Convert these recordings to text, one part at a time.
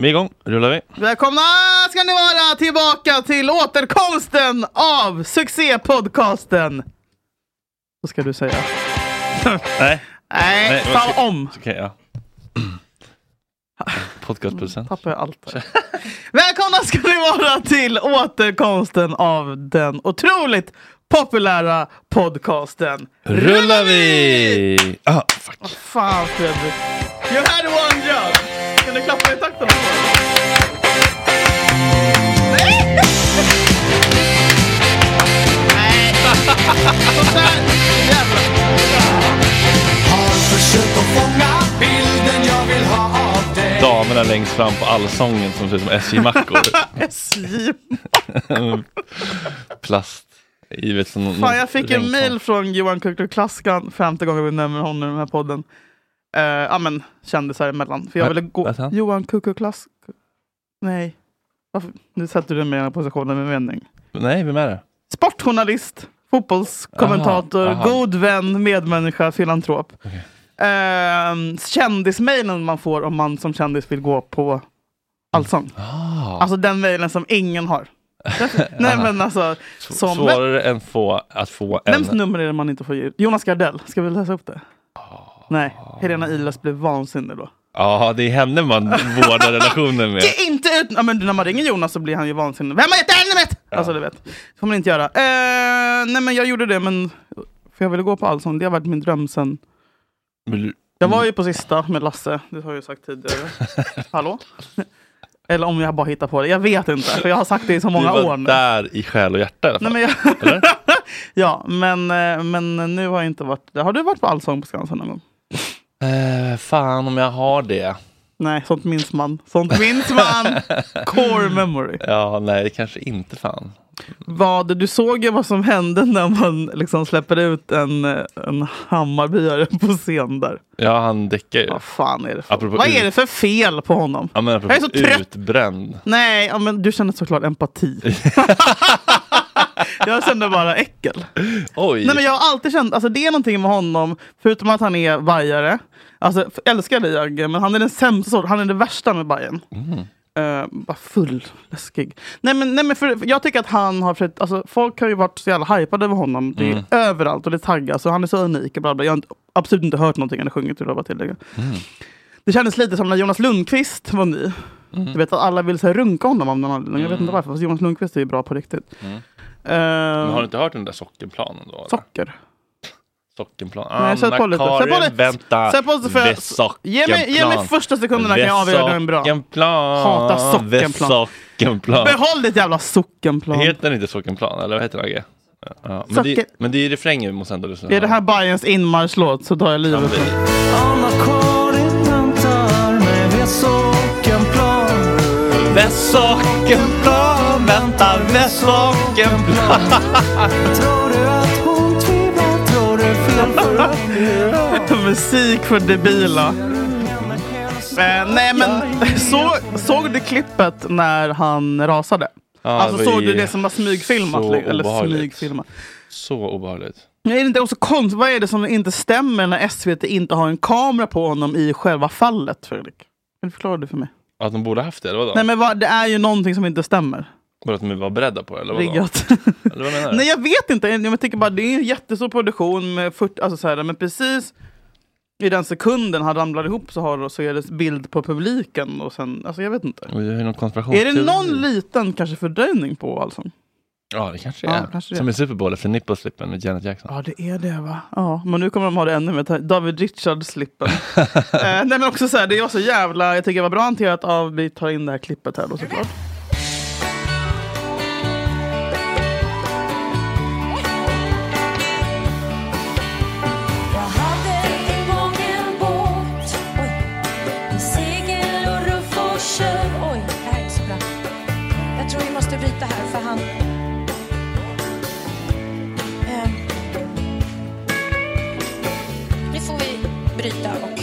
vi är igång. Rullar vi. Välkomna ska ni vara tillbaka till återkomsten av succépodcasten. Vad ska du säga? Nej. Nej, Nej, fan vad ska- om. Okej, ja. Podcastproducent. Tappar jag allt. här. Välkomna ska ni vara till återkomsten av den otroligt populära podcasten. Rullar vi! Ah, fuck. Fan Fredrik. You had one job. Kan du klappa i takten? Nej! Nej! Sånt där. Jävlar. Damerna längst fram på allsången som ser ut som SJ-mackor. SJ. Plast. I, vet, som någon- Fan, jag fick en regn- mail från Johan Kuklu Klaskan, femte gången vi nämner honom i den här podden. Eh, Ja men kändisar emellan. För jag Vad- ville gå... vad heter han? Johan Kuklu Klask... Nej. Varför? Nu sätter du mig i den här positionen med mening. Nej, vem är det? sportjournalist, fotbollskommentator, Aha, aha. god vän, medmänniska, filantrop. Ehm, kändismailen man får om man som kändis vill gå på Allsång. Mm. Ah. Alltså den mailen som ingen har. Nej men alltså, som, Svårare än få att få en... vems nummer är det man inte får ge ut? Jonas Gardell, ska vi läsa upp det? Ah. Nej, Helena Iles blev vansinnig då. Ja, det är henne man vårdar relationen med. Ge inte ut! Ja, men när man ringer Jonas så blir han ju vansinnig. Vem har gett det här numret? Alltså du vet. Det får man inte göra. Eh, nej men jag gjorde det men... För jag ville gå på Allsång, det har varit min dröm sen... Men du- Jag var ju på sista med Lasse, det har jag ju sagt tidigare. Hallå? Eller om jag bara hittar på det, jag vet inte. För jag har sagt det i så Du många var år nu. där i själ och hjärta i alla Nej, fall. men jag... Eller? ja, men, eh, men nu har jag inte varit där. Har du varit på Allsång på Skansen någon gång? Eh, fan om jag har det. Nej, sånt minns man. Sånt minns man! Core memory. Ja, nej, det kanske inte fan. vad, du såg ju vad som hände när man liksom släpper ut en, en Hammarbyare på scen där. Ja, han däckar ju. Vad fan är det för, Apropå vad ut- är det för fel på honom? Ja, men Jag är så trött. Utbränd. Nej, ja, men du känner såklart empati. jag kände bara äckel. Oj! Nej, men jag har alltid känt, alltså det är någonting med honom, förutom att han är vajare. Alltså f- älskar dig Agge, men han är den sämsta sorten, han är det värsta med Bajen. Eh, bara full, läskig. Nej men, nej, men för, för jag tycker att han har försökt, alltså folk har ju varit så jävla hypade över honom. Det är Mm. överallt och det taggas och han är så unik. Och bla bla. Jag har inte, absolut inte hört någonting han har sjungit, vill jag bara Mm. tillägga. Det kändes lite som när Jonas Lundqvist var ny. Mm. Du vet att alla vill så här, runka honom av någon anledning. Jag vet inte varför, fast Jonas Lundqvist är ju bra på riktigt. Eh, Mm. Men har du inte hört den där sockenplanen då? eller? Socker. Sockenplan. Nej, sätt på lite. Sätt på Anna-Karin, lite. vänta. Sätt på lite för- Vid sockenplan. Ge mig, ge mig första sekunderna kan jag avgöra den bra. Sockenplan. Hata sockenplan. Vid sockenplan. Behåll ditt jävla sockenplan. Heter den inte sockenplan? Eller vad heter den? Agge? Ja, men, Socken- det, men det är ju refrängen vi måste ändå lyssna Är det här Bajens inmarschlåt så tar jag livet av mig. Anna-Karin väntar med vid sockenplan Vid sockenplan, vänta, vid sockenplan. Tror du att hon tvivlar? Tror du fel för Musik för debila. Eh, nej men så, såg du klippet när han rasade? Ja, alltså det var såg ju du det som var smygfilmat? så li- Eller obehagligt. smygfilmat. Så obehagligt. Nej, det är inte också konstigt. Vad är det som inte stämmer när SVT inte har en kamera på honom i själva fallet Fredrik? Kan du förklara det för mig? Att de borde haft det, eller vadå? Nej men vad, det är ju någonting som inte stämmer. Var att de var beredda på det? Eller vadå? riggat. Eller vad menar du? Nej jag vet inte, jag tänker bara det är en jättestor produktion med 40, alltså så här, men precis i den sekunden han ramlar ihop så, har, så är det bild på publiken och sen, alltså jag vet inte. Och jag har ju någon konspiration. Är det någon liten kanske fördröjning på alltså? Ja, det kanske Ja, är. kanske det. Som i Super Bowl efter nippleslippen med Janet Jackson. Ja det är det va? Ja, men nu kommer de ha det ännu mer. Ta- David Richards-slippen. eh, nej men också så här, det är också jävla, jag tycker det var bra hanterat av, vi tar in det här klippet här då såklart. Jag hade en gång en båt oj, i segel och ruff och kör Oj, det här är inte så bra. Jag tror vi måste bryta här för han... Eh, nu får vi bryta och...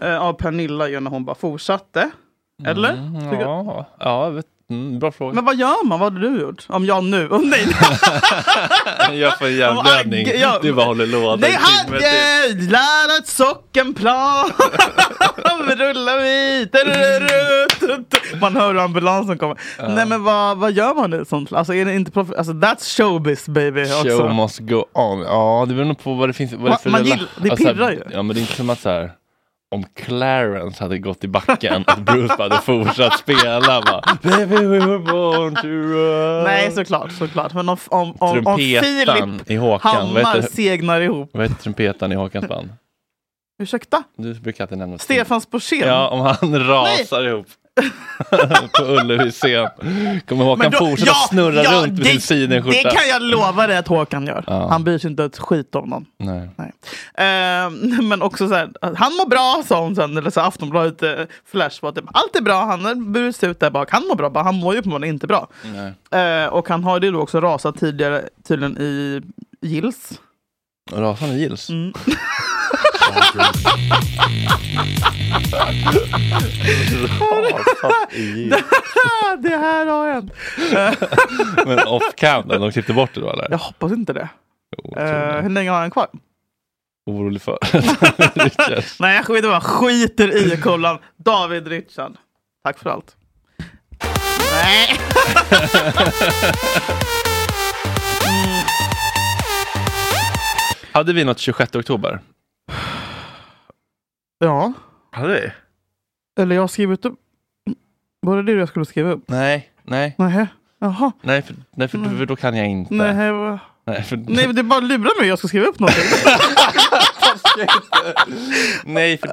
Mm. Eh, av Pernilla ju när hon bara fortsatte. Eller? Tycker- Mm, Ja, ja jag vet, mm, bra fråga. Men vad gör man? Vad hade du gjort? Om jag nu? Åh nej! jag får en Om Agge- hjärnblödning. ja. Du bara håller låda. Det en timme till. hade lärat sockenplan Rullar vi Turururut. Man hör hur ambulansen kommer Nej men vad, vad gör man i sånt? Alltså är det inte prof- Alltså that's showbiz baby också Show must go on. Ja, det beror nog på vad det finns vad Man- det för man rela- gillar- det alltså, pirrar ju. Ja, men det är inte som att så här, om Clarence hade gått i backen att Bruce bara hade fortsatt spela. Bara, Baby we were born to run. Nej såklart, såklart Men om, om, om, om Trumpetan Filip i Håkan. Vad Hammar heter, segnar ihop vad heter trumpetan i Håkans band? Ursäkta? Du brukar alltid nämna Stefan Sporsén? Ja, om han rasar ihop. på Ullevi scen. Kommer Håkan fortsätta snurra runt med sin Det sidenskjorta? kan jag lova dig att Håkan gör Ja. Han bryr sig inte ett skit om någon Nej. Nej. Eh, men också så här, att han mår bra sa hon sen, eller så här, Aftonbladet eh, Flash var typ, allt är bra, han har burit sig ut där bak, han mår bra, bara han mår ju uppenbarligen inte bra. Nej. Eh, och han har ju då också rasat tidigare tydligen i Gills. Rasar ni gills? Mm. Rasat i gills. Ah, det här har hänt! Men off cam, de klippte bort det då eller? Jag hoppas inte det. Jo, Eh, jag tror det. hur länge har han kvar? Orolig för. Lyckas. Nej jag skiter, bara skiter i kollan. David Richard. Tack för allt. Nej. Hade vi något 26 oktober? Ja, Hade vi? eller jag har skrivit upp. Var det det jag skulle skriva upp? Nej, nej, Nej. Jaha. nej, för, nej, för, för då kan jag inte. Mm. Nej, vad- Nej, för, nej. Nej, men det bara lurar mig. Jag ska skriva upp någonting. Alltså, för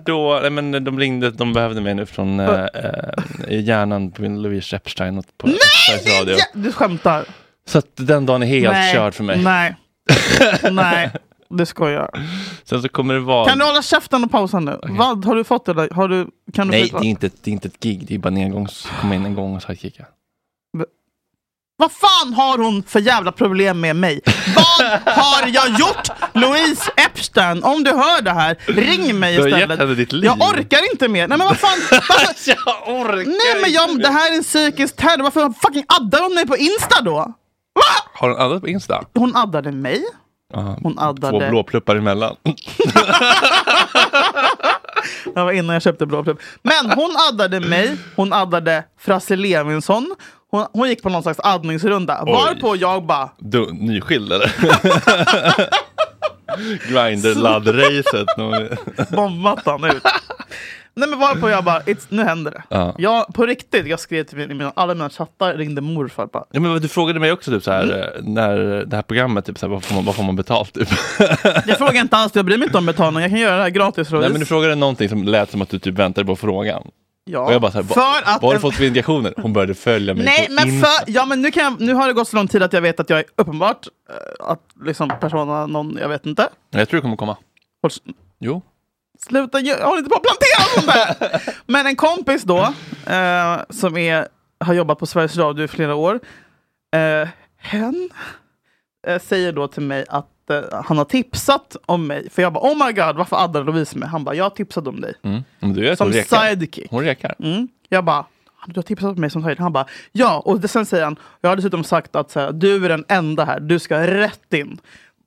då, nej, men de ringde, de behövde mig nu från eh, eh, hjärnan på min Louise Epstein och på Sveriges Radio. Ja, du skämtar. Så att den dagen är helt körd för mig. Nej. Nej. Du skojar. Sen så kommer det vara... Kan du hålla käften och pausa nu? Vad har du fått? Eller? Har du, kan du Nej, få- det är, inte, ett- det är inte ett gig, det är bara en engångs... Komma in en gång och sidekicka. Vad fan har hon för jävla problem med mig? Vad har jag gjort? Louise Epstein, om du hör det här, ring mig Du har istället. gett henne ditt liv. Jag orkar inte mer. Nej men vad fan. Varför? Alltså, Jag orkar Nej men jag, det här är en psykisk terror. Varför fucking addar hon mig på Insta då? Va? Har hon addat på Insta? Hon addade mig. Hon Två addade blåpluppar emellan. Det var innan jag köpte blå plupp. Men hon addade mig, hon addade Frasse Levinson. Hon, hon gick på någon slags addningsrunda. Varpå jag bara, Du, nyskild eller? Grinder-laddracet. bombmattan ut. Nej men varpå jag bara, it's, nu händer det. Ja. Jag, på riktigt, jag skrev till min, i mina, alla mina chattar, ringde morfar. Bara, ja, men du frågade mig också typ så här, eh, när det här programmet, typ så här, vad, får man, vad får man betalt? Typ. jag frågar inte alls, jag bryr mig inte om betalning, jag kan göra det här gratis. Nej, Louise. men du frågade någonting som lät som att du typ väntade på frågan. ja. Och jag bara så här, "Va- för vad att har du en- fått för indikationer? Hon började följa mig Nej, på men Insta. för, ja, men nu, kan jag, nu har det gått så lång tid att jag vet att jag är uppenbart eh, att liksom persona någon, jag vet inte. Jag tror det kommer komma. Håll- Jo. Sluta, jag håller inte på att plantera sånt där! Men en kompis då, eh, som är, har jobbat på Sveriges Radio i flera år, eh, hen eh, säger då till mig att eh, han har tipsat om mig. För jag bara, oh my god, varför addar Lovise mig? Han bara, jag tipsade om dig. Mm. Men du är Som hon rekar. sidekick. Hon rekar. Mm. Jag bara, du har tipsat om mig som sidekick. Han bara, ja. Och det- sen säger han, jag har dessutom sagt att så här, du är den enda här, du ska rätt in.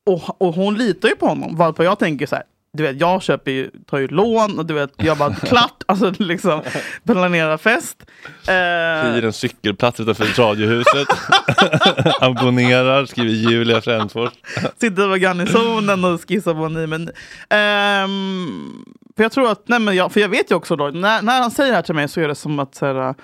Och, och hon litar ju på honom, varpå jag tänker så här, du vet, jag köper ju, tar ju lån och du vet, jag bara klart, alltså liksom planerar fest. Eh, Hyr en cykelplats utanför radiohuset. Abonnerar, skriver Julia Frändfors. Sitter på garnisonen och skissar på en ny meny. Ehm, för jag tror att, nej men jag, för jag vet ju också då, när, när han säger det här till mig så är det som att så här, äh,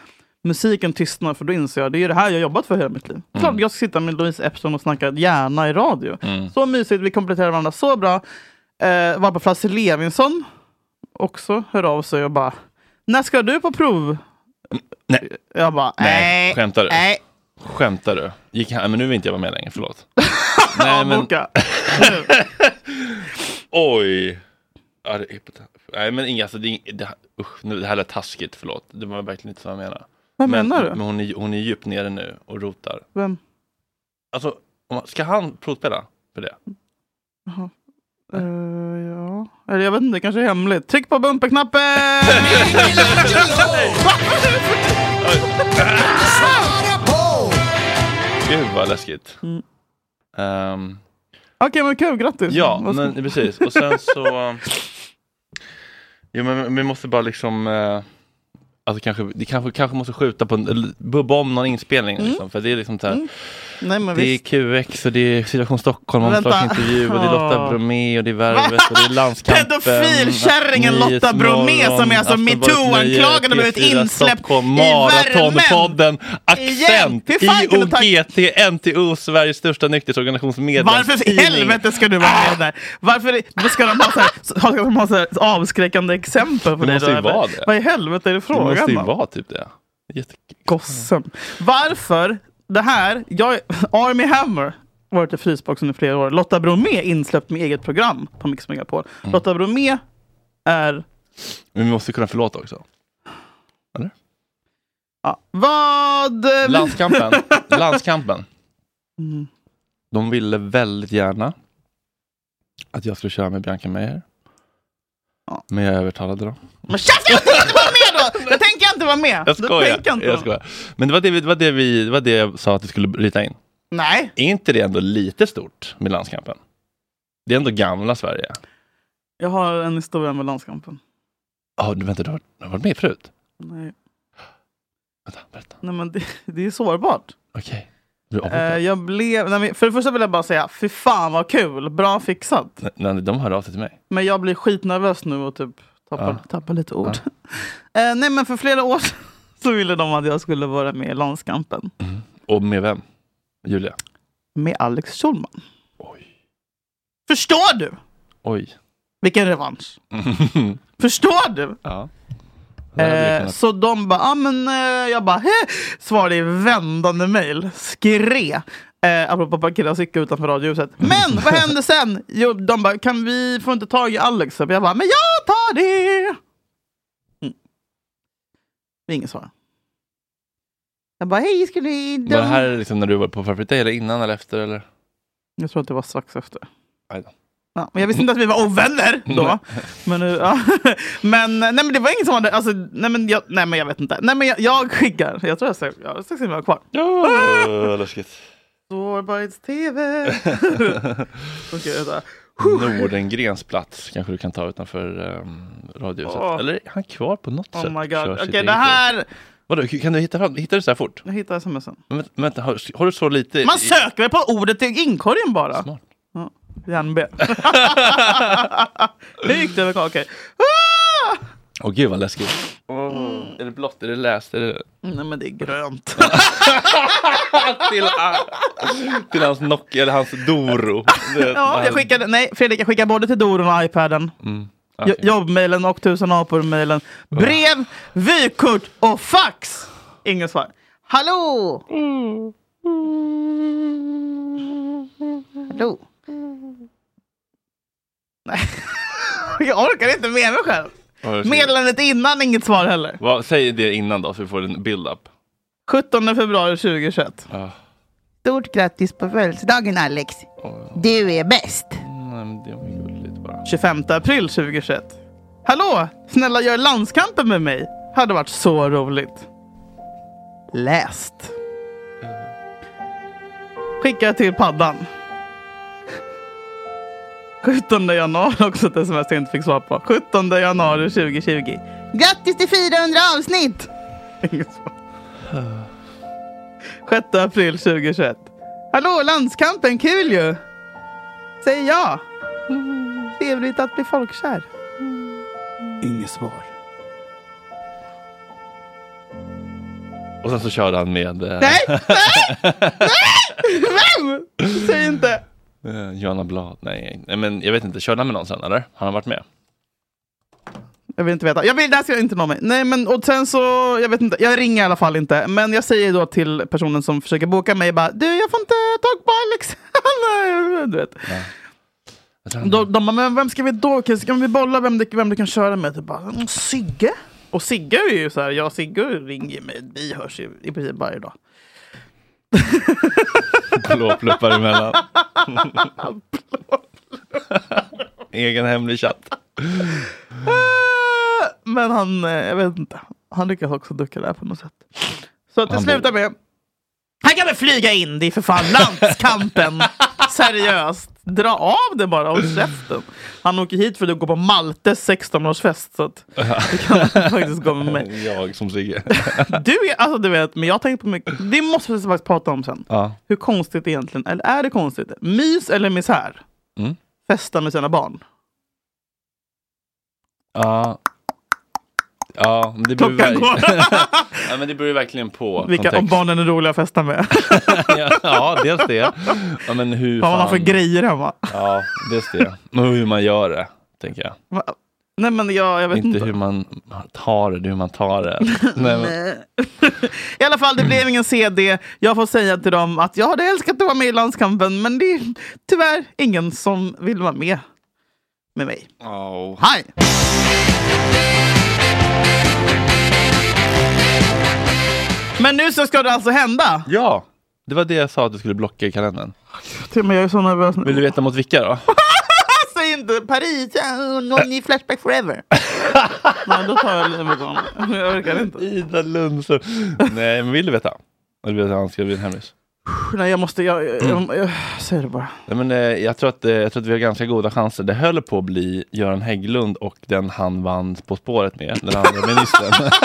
musiken tystnar för då inser jag det är ju det här jag jobbat för hela mitt liv. Mm. Klart jag ska sitta med Louise Epson och snacka gärna i radio. Mm. Så mysigt, vi kompletterar varandra så bra. Uh, var på Frasse Levinson också hör av sig och bara, när ska du på prov? Nej, Jag bara, nej, nej, skämtar du? nej, Skämtar du? Gick han, men nu vill inte jag vara med längre, förlåt. Nej, men avboka. oj. Ja, det är på ta- Nej, men inga, alltså, det, är- det, usch, nu, det här är taskigt, förlåt. Det var verkligen inte så jag menade. Vad men, menar du? Men hon är, hon är djupt nere nu och rotar. Vem? Alltså, om man- ska han provspela för det? Eh, ja. Eller jag vet inte, det kanske är hemligt. Tryck på bumperknappen! Gud vad läskigt. Mm. Ehm, Okej, men kul. Grattis! ja, Vad ska- men precis. Och sen så... jo, men men vi måste bara liksom... eh, Alltså kanske, det kanske, kanske måste skjuta på, en- eller bubba om någon inspelning liksom, för det är liksom så här, Nej, men Det är Mm. visst. QX och det är Situation Stockholm och Vänta. intervju och det är Lotta Åh. Bromé och det är Värvet och det är Landskampen. Pedofilkärringen Lotta Bromé som är alltså Aftonbladet metoo-anklagad och Nöje, blivit P4 insläppt Stockholm, i Maratonpodden, Igen. Accent, Hur fan kunde ta- IOGT, NTO, Sveriges största nykterhetsorganisations Varför i medlemstidning. helvete ska du vara Ah! med där? Varför är- vad ska de ha, så här, ska de ha så här avskräckande exempel på Det dig? måste då, ju eller? vara det. Vad i helvete är det Det frågan måste ju om? vara typ det. Jätte... Gossen. Varför? Det här, jag, Army Hammer varit i frysboxen i flera år. Lotta Bromé insläppt med eget program på Mix Megapol. Mm. Lotta Bromé är... Men vi måste kunna förlåta också. Ja, vad... Landskampen. Landskampen. Mm. De ville väldigt gärna att jag skulle köra med Bianca Meijer. Ja. Men jag övertalade dem. Men käften, jag tänker inte vara med då! Jag tänker inte vara med! Jag Då skojar. tänker Jag inte. skojar. Men det var det, vi, det, var det vi, det var det jag sa att vi skulle rita in. Nej. Är inte det ändå lite stort med landskampen? Det är ändå gamla Sverige. Jag har en historia med landskampen. Ja, du vänta, du har, du har varit med förut? Nej, Vänta, berätta. nej men det, det är sårbart. Okej. Blir du Eh, avbokad? jag blev, nej, men för det första vill jag bara säga, fy fan vad kul, bra fixat. Nej, nej, de hörde av sig till mig. Men jag blir skitnervös nu och typ tappar, tappar lite ord. Eh, nej men för flera år sedan så ville de att jag skulle vara med i landskampen Och med vem? Julia? med Alex Schulman. Oj. Förstår du Oj. vilken revansch? Förstår du? Ja. Eh, så de bara, ah, men eh, jag bara, "Hä?" svarade i vändande mejl. Skre. Eh, apropå att parkera cykel utanför radiohuset. Men vad hände sen? Jo, de bara, kan vi få inte tag i Alex? Och jag bara, men jag tar det! Mm. Det är inget svar. Jag bara, hej skulle ni... Var det här liksom när du var på Perfect Day eller innan eller efter eller? Jag tror att det var strax efter. Aj då. Ja, men jag visste inte att vi var ovänner då. Men, nu- ja. men, nej, men det var ingen som hade... Alltså, nej, men jag, nej men jag vet inte. Nej, men jag, jag skickar. Jag tror jag ser- jag har sex timmar kvar. Oh, läskigt. Sårbarhets-tv. Okej, vänta. Nordengrens plats kanske du kan ta utanför um, radiohuset. Åh. Eller är han kvar på något sätt? Oh my Kör god. Okej, sitt eget det här... liv. Vadå, kan du hitta fram? Hittar du så här fort? Jag hittar smsen. Men, vänta, vänta, har, har du så lite? Man i- söker väl på ordet i inkorgen bara? Smart. Ja, Järnben. Hur gick det med kakor? Ah! Åh gud vad läskigt. Åh, Är det blått? Är det läst? Är det... Nej men det är grönt. Till, till hans Nokia eller hans Doro. Du vet, Ja, jag han- skickade, nej, Fredrik, jag skickade både till Doron och iPaden. okej. Jo- Jobbmailen och tusen apor-mailen. Brev, vykort och fax! Inget svar. Hallå! Hallå? Nej, jag orkar inte med mig själv. Vad har du skrivit? Meddelandet innan, inget svar heller. Vad, säg det innan då så vi får en build-up. 17 februari 2021. Ja. Stort grattis på födelsedagen Alex. Du är bäst. Nej, men det var gulligt bara. 25 april 2021. Hallå! Snälla gör landskampen med mig. Hade varit så roligt. Läst. Skicka till paddan. 17 januari också ett sms jag inte fick svar på. 17 januari 2020. Grattis till 400 avsnitt! Inget svar. 6 april 2021. Hallå landskampen, kul ju! Säger jag. Trevligt att bli folkkär. Inget svar. Och sen så körde han med eh, Nej! Nej! Nej! Vem? Säg inte! eh, Johanna Blad. Nej, nej, men jag vet inte. Körde han med någon sen eller? Har han varit med? Jag vill inte veta. Jag vill, det här ska jag inte nå mig. Nej, men och sen så, jag vet inte. Jag ringer i alla fall inte. Men jag säger då till personen som försöker boka mig bara, du jag får inte tag på Alexander. Du vet. Jag tror han- Då, de bara, men vem ska vi då? Okej, Ska vi bolla vem du, vem du kan köra med? Typ bara, "Mm, Sigge? Och Sigge är ju så här, jag och Sigge ringer ju mig. Vi hörs ju i princip varje dag. Blåpluppar emellan. Egen hemlig chatt. Eh, Men han, eh, jag vet inte. Han lyckas också ducka där på något sätt. Så att det Han slutar med. Han kan väl flyga in, det är för fan landskampen. Seriöst. Dra av det bara, håll käften. Han åker hit för att gå på Maltes 16-årsfest. Så att det kan faktiskt gå med mig. Jag som Sigge. Du är, alltså du vet, men jag tänker på mycket. Det måste vi faktiskt prata om sen. Ja. Hur konstigt det egentligen, eller är det konstigt? Mys eller misär? Mm. Festa med sina barn. Ja. Ja, men det beror, Klockan verk- går. ja, men det beror ju verkligen på Vilka, om kontext. barnen är roliga att festa med. ja, dels det. Ja, men hur Vad man har fan. för grejer hemma. Ja, dels det. Men hur man gör det, tänker jag. Va? Nej men jag, jag vet Inte inte. hur man tar det, det är hur man tar det. Nej, men, I alla fall, det blev ingen CD. Jag får säga till dem att jag hade älskat att vara med i landskampen men det är tyvärr ingen som vill vara med med mig. Åh. Hej! Men nu så ska det alltså hända. Ja, det var det jag sa att du skulle blocka i kalendern. Men jag är så nervös Vill du veta mot vilka då? Säg inte Paris, ja, någon i Flashback Forever. Nej, då tar jag livet av mig. Jag orkar inte. Ida Lundström. Nej, men vill du veta? Eller vill du att han ska bli en hemlis? Nej, jag måste... Jag, jag, Mm. jag, jag säger det bara. Nej, men, eh, jag, tror att, eh, jag tror att vi har ganska goda chanser. Det höll på att bli Göran Hägglund och den han vann På spåret med, den andra ministern.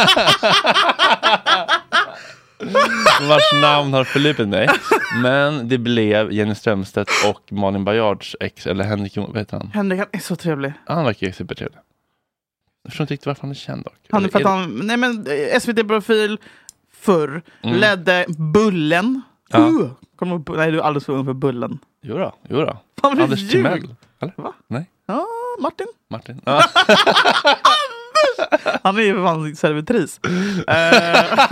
Vars namn har förlupit mig. Men det blev Jenny Strömstedt och Malin Baryards ex, eller Henrik Jon- vad heter han? Henrik, han är så trevlig. Han verkar ju supertrevlig. Jag förstår inte riktigt varför han är känd dock. Han, för att Eller- han, nej men eh, SVT-profil förr. Ledde Bullen. Mm. Ja. Uh, kommer du ihåg Bu- nej, du är alldeles för ung för Bullen. Jodå, jodå. Fan, vad du Anders ljuger. Timell. Eller? Va? Nej, Ja, Martin. Martin. Ja. Han är ju för fan servitris. Eh,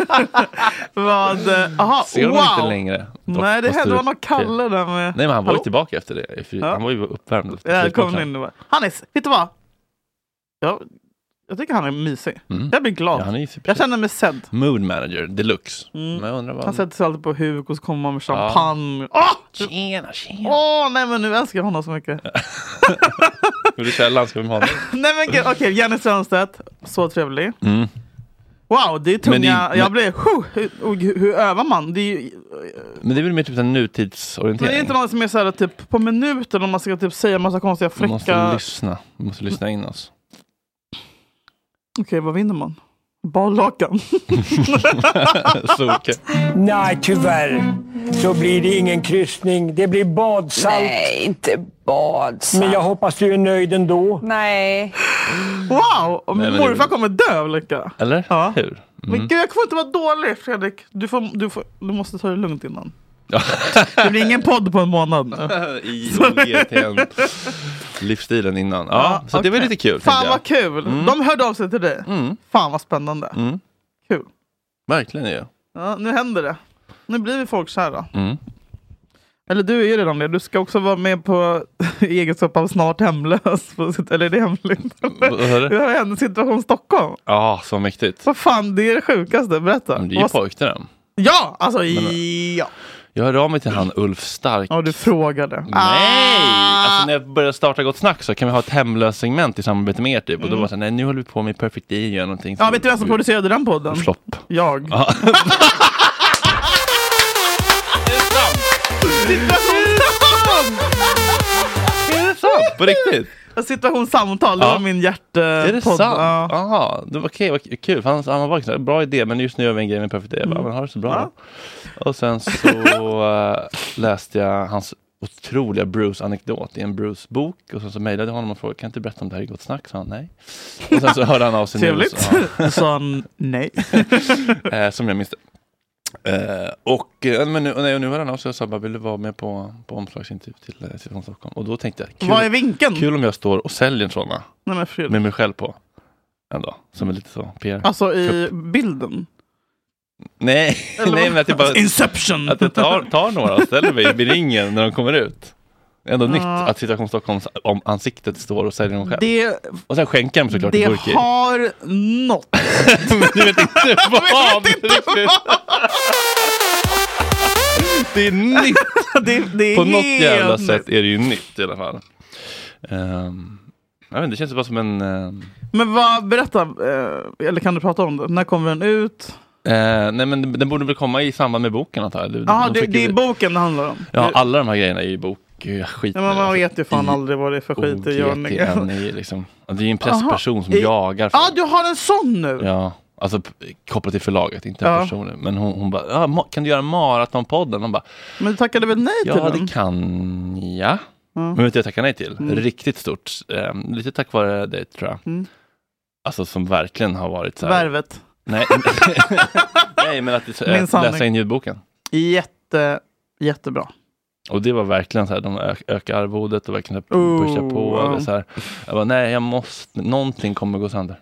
Vad... eh, Aha, Ser wow! honom inte längre. dock, Nej, det på hände. Det var Sture- någon Kalle där med... Nej men han var ju Hallå? tillbaka efter det. i fri- Ja. Han var ju uppvärmd. efter Ja, det kom frisparken. in och bara, han är, s- vet du vad? Jag, jag tycker han är mysig. Mm. Jag blir glad. Ja, han är ju jag supertrevlig. känner mig sedd. Mood manager deluxe. Men jag undrar vad... Han sätter sig alltid på huk och så kommer man med champagne. Ah! Åh! Tjena, tjena! Åh, nej men nu älskar jag honom så mycket. Vill du källan ska vi ha honom. nej men gud, okej, Jenny Strömstedt, så trevlig. Mm. Wow, det är tunga, Men det är- jag blir, huh, hur, och hur, hur övar man? Det är ju, Men det är väl mer typ en men nutidsorientering. det är inte någon som är så här, typ på minuten om man ska typ säga massa konstiga Vi fräcka... måste Okej, lyssna. Vi måste lyssna in oss. vad vinner man? Barlakan. Så okej. Nej, tyvärr så blir det ingen kryssning. Det blir badsalt. Nej, inte bad. Men jag hoppas du är nöjd ändå. Nej. Wow! Nej, Och men det- Mm. morfar kommer dö av lycka. Eller? Ja. Hur? Men gud, jag får inte vara dålig Fredrik. Du, får, du, får, du måste ta det lugnt innan. Det blir ingen podd på en månad. I OGTN-livsstilen innan. Ja, så det var okej. lite kul. Fan tänkte jag. Mm. vad kul! De hörde av sig till dig. Fan vad spännande. Kul. Verkligen ju. Ja, nu händer det. Nu blir vi folkkära. Mm. Eller du är ju redan det. Du ska också vara med på i egenskap av snart hemlös. På sitt, eller är det hemligt? Vad sa Det du? har hänt Situation Stockholm. Ja, så mäktigt. Vad fan, det är det sjukaste. Berätta. Men Det är ju Vad- pojkdröm. ja, alltså ja. Jag hörde av mig till han Ulf Stark. Ja, du frågade. Mm. Ah, Nej! Alltså när jag började starta Gott Snack så kan vi ha ett hemlöst segment i samarbete med er typ. Och då var det så här, nej nu håller vi på med Perfect Day och gör någonting. Mm. Ja, vet du vem Mm. som producerade den podden? Flopp. Jag. Situation Stockholm! Är det sant? På riktigt? Situationssamtal, det Ja. var min hjärtepodd. Är det sant? Ja. Jaha, det var- okej, vad kul. För han, han var verkligen bra idé, men just nu gör vi en grej med Perfect Day. Jag Mm. bara, men har det så bra. Och sen så eh, läste jag hans otroliga Bruce-anekdot i en Bruce-bok. Och sen så mejlade jag honom och frågade, kan jag inte berätta om det här i Gott Snack? Så han nej. Och sen så hörde han av sig nu. och Trevligt. så- Då sa han nej. Ja, eh, som jag minns det. Eh, och, eh, men nu, och nej, och nu hörde han av sig och sa, bara, vill du vara med på, på omslagsintervju till eh, City Stockholm? Och då tänkte jag, Vad är kul, vinkeln? kul om jag står och säljer en såna Nej, men Fredrik. med mig själv på. En dag, som är lite så PR. Alltså i bilden? Nej, Eller nej vad? men att jag bara Inception! att jag tar, tar några och ställer mig vid ringen när de kommer ut. Ändå nytt att Situation Stockholms om ansiktet står och säljer dem själv. det och sen skänker jag dem såklart det i burkar. har något. Men du vet inte vad! vet inte det är nytt! Det, det är På något helt jävla nytt. sätt är det ju nytt i alla fall. Ehm, jag vet inte, det känns bara som en... ehm, Men vad, berätta, eh, eller kan du prata om det? När kommer den ut? eh, nej men den borde väl komma i samband med boken antar jag. De- Jaha, de Ah, det, fick det ju- är boken det handlar om. Ja, alla de här grejerna är ju bok... Ja, skit alltså. Ja, men man vet ju fan I- aldrig vad det är för skit i görningen. OGTN är liksom, det är ju en pressperson som I- jagar folk. Ja, du har en sån nu! Ja, alltså p- kopplat till förlaget, inte Ja. personer. Men hon, hon bara, "Ja, ma- kan du göra maratonpodden? Man bara, Men du tackade väl nej till ja den? det kan jag. Men vet du vad jag tackar nej till? Mm. Riktigt stort. Eh, lite tack vare dig tror jag. Alltså som verkligen har varit så här. Värvet. Nej, nej, men att det- Min sanning. läsa in ljudboken. Jätte, jättebra. Och det var verkligen så här, de ö- ökar arvodet och verkligen så här Oh, pusha på. ja. eller Så här. Jag bara, nej jag måste, någonting kommer gå sönder.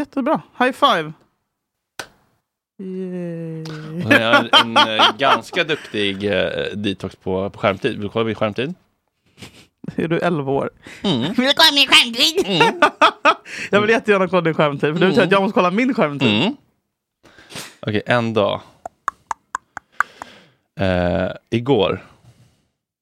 Jättebra. High five! Yay. Och sen är jag en, en eh, ganska duktig eh, detox på, på skärmtid. Vill du kolla min skärmtid? Är du 11 år? Mm. Vill du kolla min skärmtid? jag vill jättegärna kolla din skärmtid. För du säger att jag måste kolla min skärmtid. Mm. Okej, en dag. Eh, igår.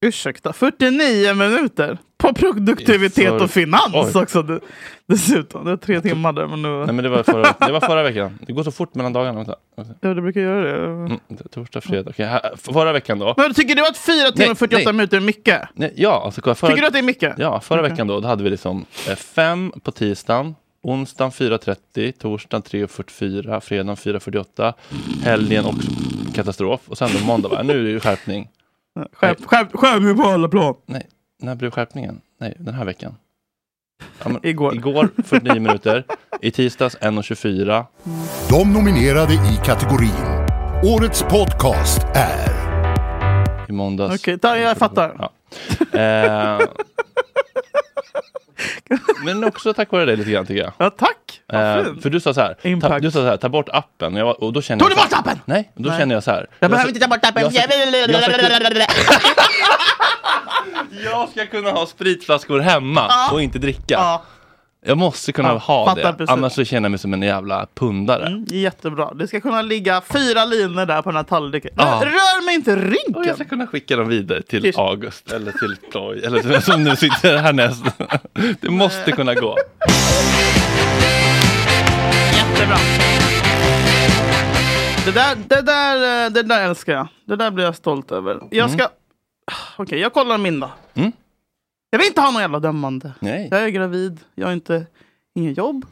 Ursäkta, 49 minuter på produktivitet Sorry. och finans Oj. också. Du, dessutom, det var tre timmar där. Men nu, Nej men det var, förra, det var förra veckan. Det går så fort mellan dagarna. Vänta. Vänta. ja, du brukar göra det. Mm, torsdag, fredag. Okej, här- förra veckan då. Men tycker du att 4 timmar och 48 nej. minuter är mycket? Nej, ja, alltså kolla. Förra, Tycker du att det är mycket? Ja, förra veckan då, då hade vi liksom eh, fem på tisdagen, onsdagen 4.30, torsdagen 3.44, fredagen 4.48, helgen också katastrof och sen då måndag bara, nu är det ju skärpning. Skärp, skärp, skärp mig på alla plan. Nej, när blev skärpningen? Nej, den här veckan. Ja, men, Igår. Igår 49 minuter, i tisdags 1.24. De nominerade i kategorin Årets podcast är I måndags... Okej, där, jag fattar. Ja. Eh, men också tack vare dig lite grann tycker jag. Ja, tack. Vad Eh, fint. för du sa så här, ta, Impact. du sa så här, ta bort appen. Och, jag, och då kände Tog du jag så här- bort appen? Nej, då Nej. känner jag så här. Jag ska- behöver inte ta bort appen. jag ska- jag Jag ska kunna ha spritflaskor hemma och inte dricka. Ja, Jag måste kunna Ja, ha fattar det. precis. Mm. Annars så känner jag mig som en jävla pundare. jättebra. Det ska kunna ligga fyra linor där på den här tallriken. Ja. Nej, Rör mig inte i Och jag ska ryggen! kunna skicka dem vidare till Tyst. August eller till Ploy eller till vem som nu sitter härnäst. Det måste kunna gå. Jättebra. Det där, det, där, eh, det där älskar jag. Det där blir jag stolt över. Jag ska... Okej, jag kollar min då. Mm. Jag vill inte ha någon jävla dömande. Nej, Jag är gravid. Jag har inte... Inget jobb.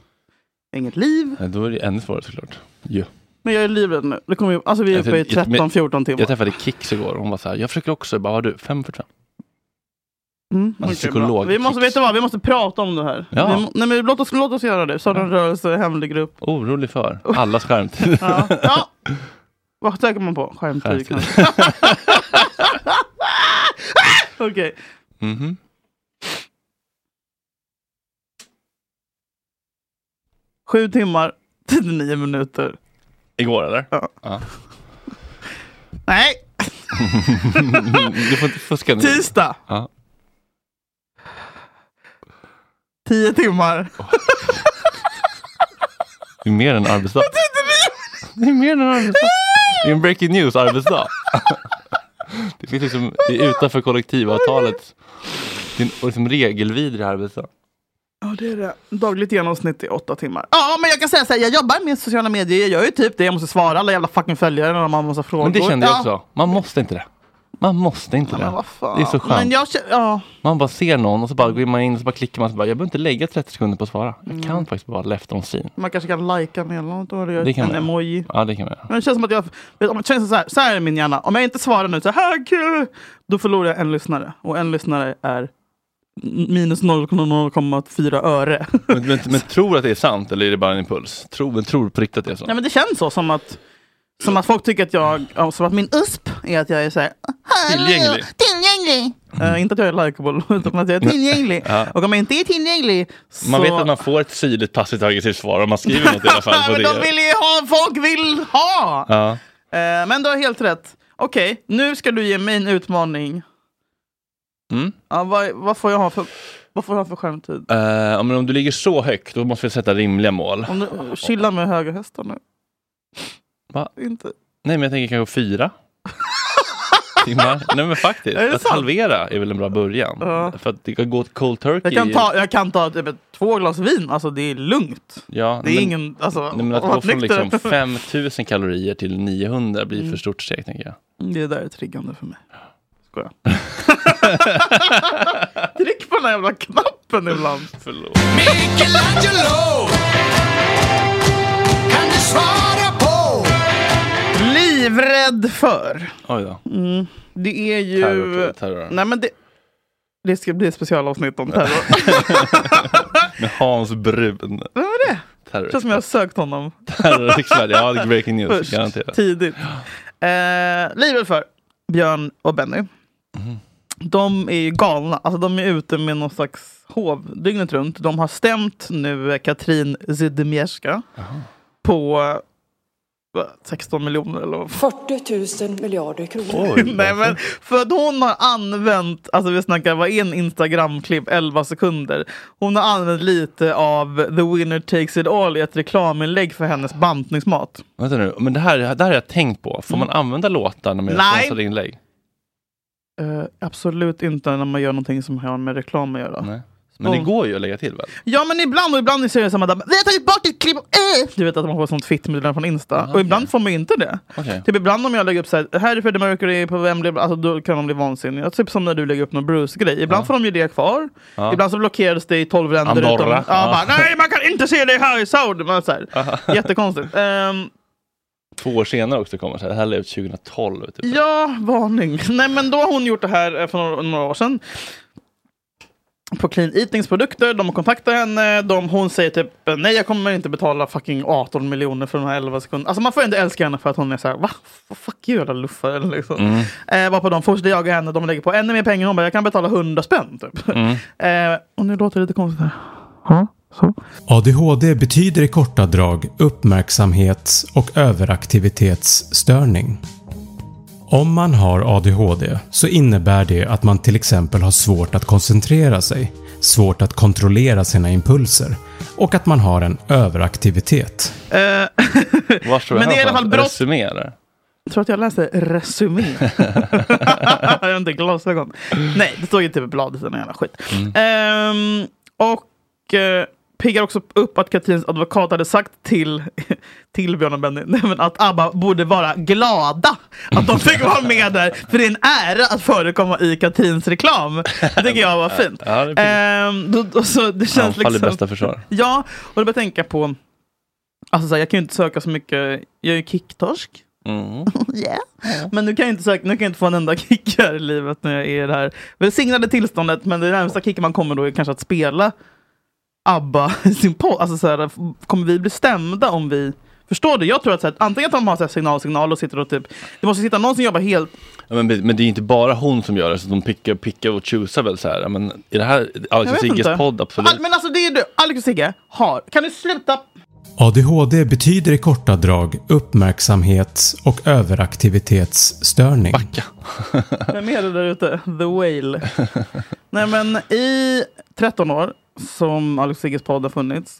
Inget liv. Nej, då är det ännu svårare såklart. Ja. Men jag är livrädd nu. Det kommer, ju- alltså vi är Jag uppe i tänkte- jag- men- 13-14 timmar. Jag träffade Kix igår och hon var så här, jag försöker också, jag bara, vad har du, 5.45? Mm, Alltså, okej, psykolog- bra. Vi måste, vet du vad, vi måste prata om det här. Ja. Vi, må- nej, men låt, oss, låt oss göra det. Sådan rörelse, hemlig grupp. Orolig för allas skärmtid. Ja. ja. Vad söker man på? Skärmtid Skärmtid. kanske. Okej. Mhm. Sju timmar, 39 minuter. Igår eller? Ja. Ja. Nej, Du får inte fuska nu. tisdag, Ja. 10 timmar. Det är mer än en arbetsdag. Det är mer än en arbetsdag. Det är en breaking news arbetsdag. Det finns liksom, det är utanför kollektivavtalet. Det är en liksom regelvidrig arbetsdag. Ja, det är det. Dagligt genomsnitt i åtta timmar. Ja, men jag kan säga så här, jag jobbar med sociala medier. Jag gör ju typ det. Jag måste svara alla jävla fucking följare när de har massa frågor. Men det kände jag Ja. också. Man måste inte det. Man måste inte det. Det är så skönt. Men jag kä- ja. Man bara ser någon och så bara går man in och så bara klickar man. Så bara, jag behöver inte lägga 30 sekunder på att svara. Jag Mm. kan faktiskt bara left on scene. Man kanske kan lajka med eller något. Då är det, Det kan en man göra. emoji. Ja, det kan man göra. Men det känns som att jag... vet, om- Det känns så här, så här är min hjärna. Om jag inte svarar nu, så här kul! Då förlorar jag en lyssnare. Och en lyssnare är minus 0,0,4 öre. Men, men, men tror du att det är sant eller är det bara en impuls? Tror, men tror du på riktigt att det är så? Nej men det känns så som att... Som att folk tycker att jag... ja, Som att min USP är att jag är så här... Tillgänglig. Tillgänglig! Eh, inte att jag är likeable, utan att jag är tillgänglig. Ja. Och om jag inte är tillgänglig så... Man vet att man får ett syrligt passivt aggressivt svar om man skriver något i alla fall. På men de det. vill ju ha, folk vill ha! Ja. Eh, men du har helt rätt. Okej, nu ska du ge mig en utmaning. Mm. Ja, vad, vad, får jag ha för, vad får jag ha för skärmtid? Eh, ja, men om du ligger så högt, då måste vi sätta rimliga mål. Om du chillar med höga hästar nu. Va? Inte. Nej, men jag tänker kanske fyra timmar. Nej, men faktiskt. Är det Att sant? halvera är väl en bra början. Ja. För att det kan gå till cold turkey. Jag, kan ta, jag kan ta typ ett, två glas vin, alltså det är lugnt. ja, Det är men, ingen... Alltså, Nej, men att att gå från nykter- Mm. liksom 5000 kalorier till 900 blir för stort steg, tänker jag. Det där är triggande för mig. Skojar. Tryck på den här jävla knappen ibland. Förlåt. Michelangelo Kan du svara på Livrädd för. Oj då. Mm. Det är ju... Terror, terror. Nej men det... Det ska bli ett specialavsnitt om terror. Med Hans Brun. Vem är det? Terror. Det känns som jag har sökt honom Terrorexpert. Ja, det är breaking news. först. Garanterat. Tidigt. Eh, livet för Björn och Benny. De är ju galna. Alltså, de är ute med någon slags hov dygnet runt. De har stämt nu eh, Katrin Zydomierska på eh, vad, 16 miljoner eller vad 40 000 miljarder kronor. Nej, men för att hon har använt, alltså vi snackar vad är en Instagram-klipp, 11 sekunder. Hon har använt lite av The Winner Takes It All i ett reklaminlägg för hennes bantningsmat. Vänta nu, men det här, det här har jag tänkt på. Får man använda låtar när man gör Mm. Nej. sponsrade inlägg? Eh, absolut inte när man gör någonting som har med reklam att göra. Nej. Men det Spons- går ju att lägga till väl? Ja men ibland, och ibland ser det som att de bara, vi har tagit bort ett klipp, eh! Du vet att man får sånt fittmeddelande från Insta. Och ibland får man inte det. Okej. Typ ibland om jag lägger upp så här, här är Freddie Mercury på vem blir, alltså då kan de bli vansinniga. Typ som när du lägger upp någon Bruce-grej. Ibland får de ju det kvar. Ibland så blockerades det i 12 länder. Andorra. Utom, ja, Ja. Bara, Nej man kan inte se det här i Saudi! Man, så här. Jättekonstigt. Ehm, Två år senare också kommer så här, det här lär ut 2012. Typ. Ja, varning. Nej, men då har hon gjort det här eh, för några, några år sedan. På Clean Eatings produkter, de kontaktar henne, de, hon säger typ nej jag kommer inte betala fucking 18 miljoner för de här 11 sekunderna. Alltså man får inte älska henne för att hon är såhär va? F- Fuck you jävla luffaren liksom. Eh, varpå de fortsätter jaga henne, de lägger på ännu mer pengar, hon bara jag kan betala 100 spänn typ. Eh, och nu låter det lite konstigt här. Ja, så. ADHD betyder i korta drag uppmärksamhets och överaktivitetsstörning. Om man har ADHD så innebär det att man till exempel har svårt att koncentrera sig, svårt att kontrollera sina impulser och att man har en överaktivitet. Eh, Var står Men det är i alla fall brott- Resumera. Jag tror att jag läste resumé. jag har inte glasögon. Nej, det står ju typ i bladet eller någon jävla skit. Mm. Ehm, och eh, piggar också upp att Katrins advokat hade sagt till, till Björn och Benny nej, men att ABBA borde vara glada att de fick vara med där. För det är en ära att förekomma i Katrins reklam. Det tycker jag var fint. Ja, det är Ehm, då, då, så det känns Anfall är liksom... bästa försvar. Ja, och då börjar jag tänka på... Alltså så här, jag kan ju inte söka så mycket. Jag är ju kicktorsk. Mm. Yeah. Men nu kan jag inte, söka, nu kan jag inte få en enda kick här i livet när jag är i det här välsignade tillståndet. Men det närmsta kicken man kommer då är kanske att spela ABBA i sin podd. Alltså så här, kommer vi bli stämda om vi... Förstår du? Jag tror att så här, antingen att de har så här signal, signal och sitter och typ... Det måste sitta någon som jobbar helt... Ja, men, men det är ju inte bara hon som gör det, så de pickar, pickar och choosar väl så här. Ja, Men i det här, Alex Jag och vet Alltså Sigges inte. podd, absolut. Al- Men alltså det är du, Alex och Sigge har... Kan du sluta? ADHD betyder i korta drag uppmärksamhets och överaktivitetsstörning. Vem är det där ute? The Whale. Nej men i 13 år som Alex och Sigges podd har funnits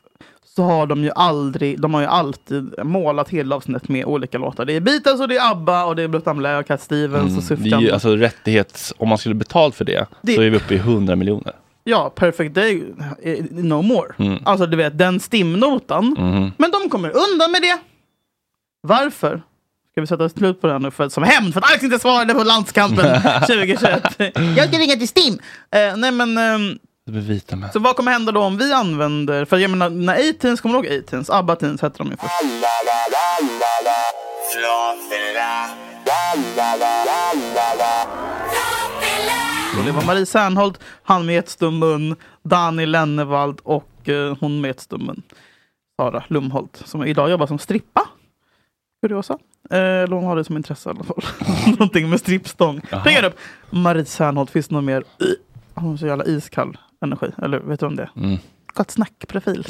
så har de ju aldrig, de har ju alltid målat hela avsnittet med olika låtar. Det är Beatles och det är ABBA och det är Bruttan Blair och Cat Stevens och Det är Sufjan. ju alltså rättighets... Om man skulle betalt för det, Det- så är vi uppe i 100 miljoner. Ja, Perfect Day, eh, No More. Mm. Alltså Mm-hmm. du vet den stimnotan. Men de kommer undan med det. Varför? Ska vi sätta slut på det här nu för, som hämnd för att Alex inte svarade på landskampen 2021? Jag ska ringa till STIM! Eh, nej men... ehm, Det blir vita män. så vad kommer hända då om vi använder... För jag menar, när A-Teens, kommer du ihåg A-Teens? ABBA-Teens hette de ju först. Det var Marie Serneholt, han med ett stum mun, Dani Lennevald och eh, hon med ett stum mun. Sara Lumholt, som idag jobbar som strippa. Kuriosa. Eh, Eller hon har det som intresse i alla fall. Någonting med strippstång. Pengar upp! Marie Serneholt, finns det någon mer? Hon har så jävla iskall energi. Eller vet du om det är? Mm. Gott snack-profil.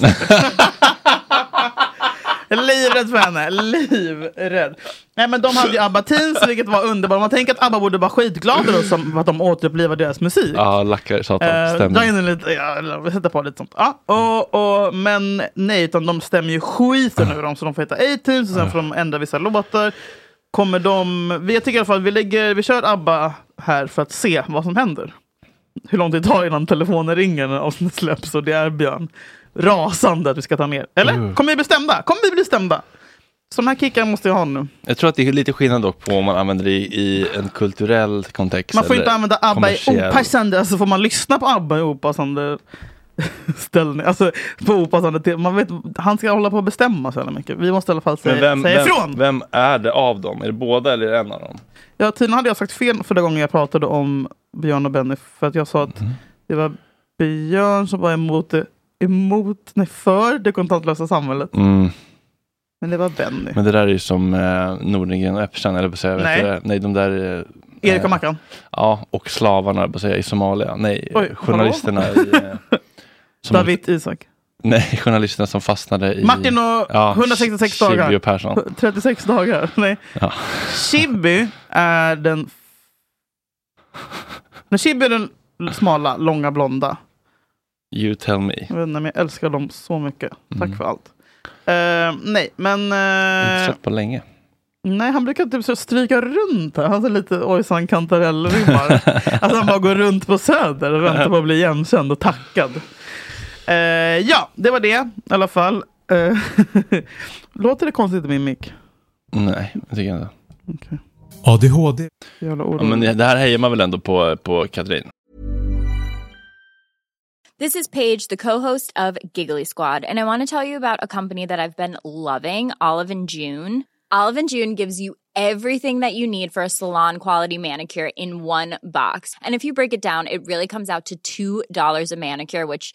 Livrädd för henne, livrädd. Nej men de hade ju ABBA Teens, vilket var underbart. Man tänker att ABBA borde vara skitglada då, som, för att de återupplivar deras musik. Ja, lackar satan. Eh, Stämmer. dra in en lite, ja, eller vi sätter på lite sånt. Ja, och, och, men nej, utan de stämmer ju skiten ur dem, så de får heta A-Teens och sen får de ändra vissa låtar. Kommer de... Vi, jag tycker i alla fall att vi, lägger, vi kör ABBA här för att se vad som händer. Hur lång tid det tar innan telefonen ringer när avsnittet släpps och det är Björn rasande att vi ska ta ner. Eller? Mm. Kommer vi bli stämda? Kommer vi bli stämda? Sådana här kickar måste jag ha nu. Jag tror att det är lite skillnad dock på om man använder det i, i en kulturell kontext. Man får eller inte använda ABBA i kommersiell. opassande, alltså får man lyssna på ABBA i opassande ställning? Alltså på opassande till, man vet, han ska hålla på att bestämma så jävla mycket. Vi måste i alla fall säga, Men vem, säga vem, ifrån! vem är det av dem? Är det båda eller är det en av dem? Ja, tydligen hade jag sagt fel förra gången jag pratade om Björn och Benny, för att jag sa att Mm-hmm. det var Björn som var emot, det- emot nej, för det kontantlösa samhället. Men det var Benny. Men det där är ju som eh, Nordengren och Epstein, eller på att säga. vet Nej. du det? Nej, de där... Eh, Erik och eh, Mackan. Ja, och slavarna, på att säga, i Somalia. Nej, Oj, eh, journalisterna i... eh, som- David Isak. Nej, journalisterna som fastnade i... Martin och 166 Schibbye dagar. och Persson. 36 dagar. Nej. Ja. Chibi är den... Nej, Chibi är den smala, långa, blonda. You tell me. Jag vet inte, men jag älskar dem så mycket. Tack Mm. för allt. Eh, nej, men... eh, Inte sett på länge. nej, han brukar typ så stryka runt här. Han är lite ojsan kantarell-vibbar. alltså han bara går runt på Söder och väntar på att bli igenkänd och tackad. Eh, ja, det var det i alla fall. Eh, Låter det konstigt i min mick? Nej, det tycker jag inte. ADHD. Jävla Ja, men det här hejar man väl ändå på, eh, på Katrin? This is Paige, the co-host of Giggly Squad, and I want to tell you about a company that I've been loving, Olive and June. Olive and June gives you everything that you need for a salon quality manicure in one box. And if you break it down, it really comes out to $2 a manicure, which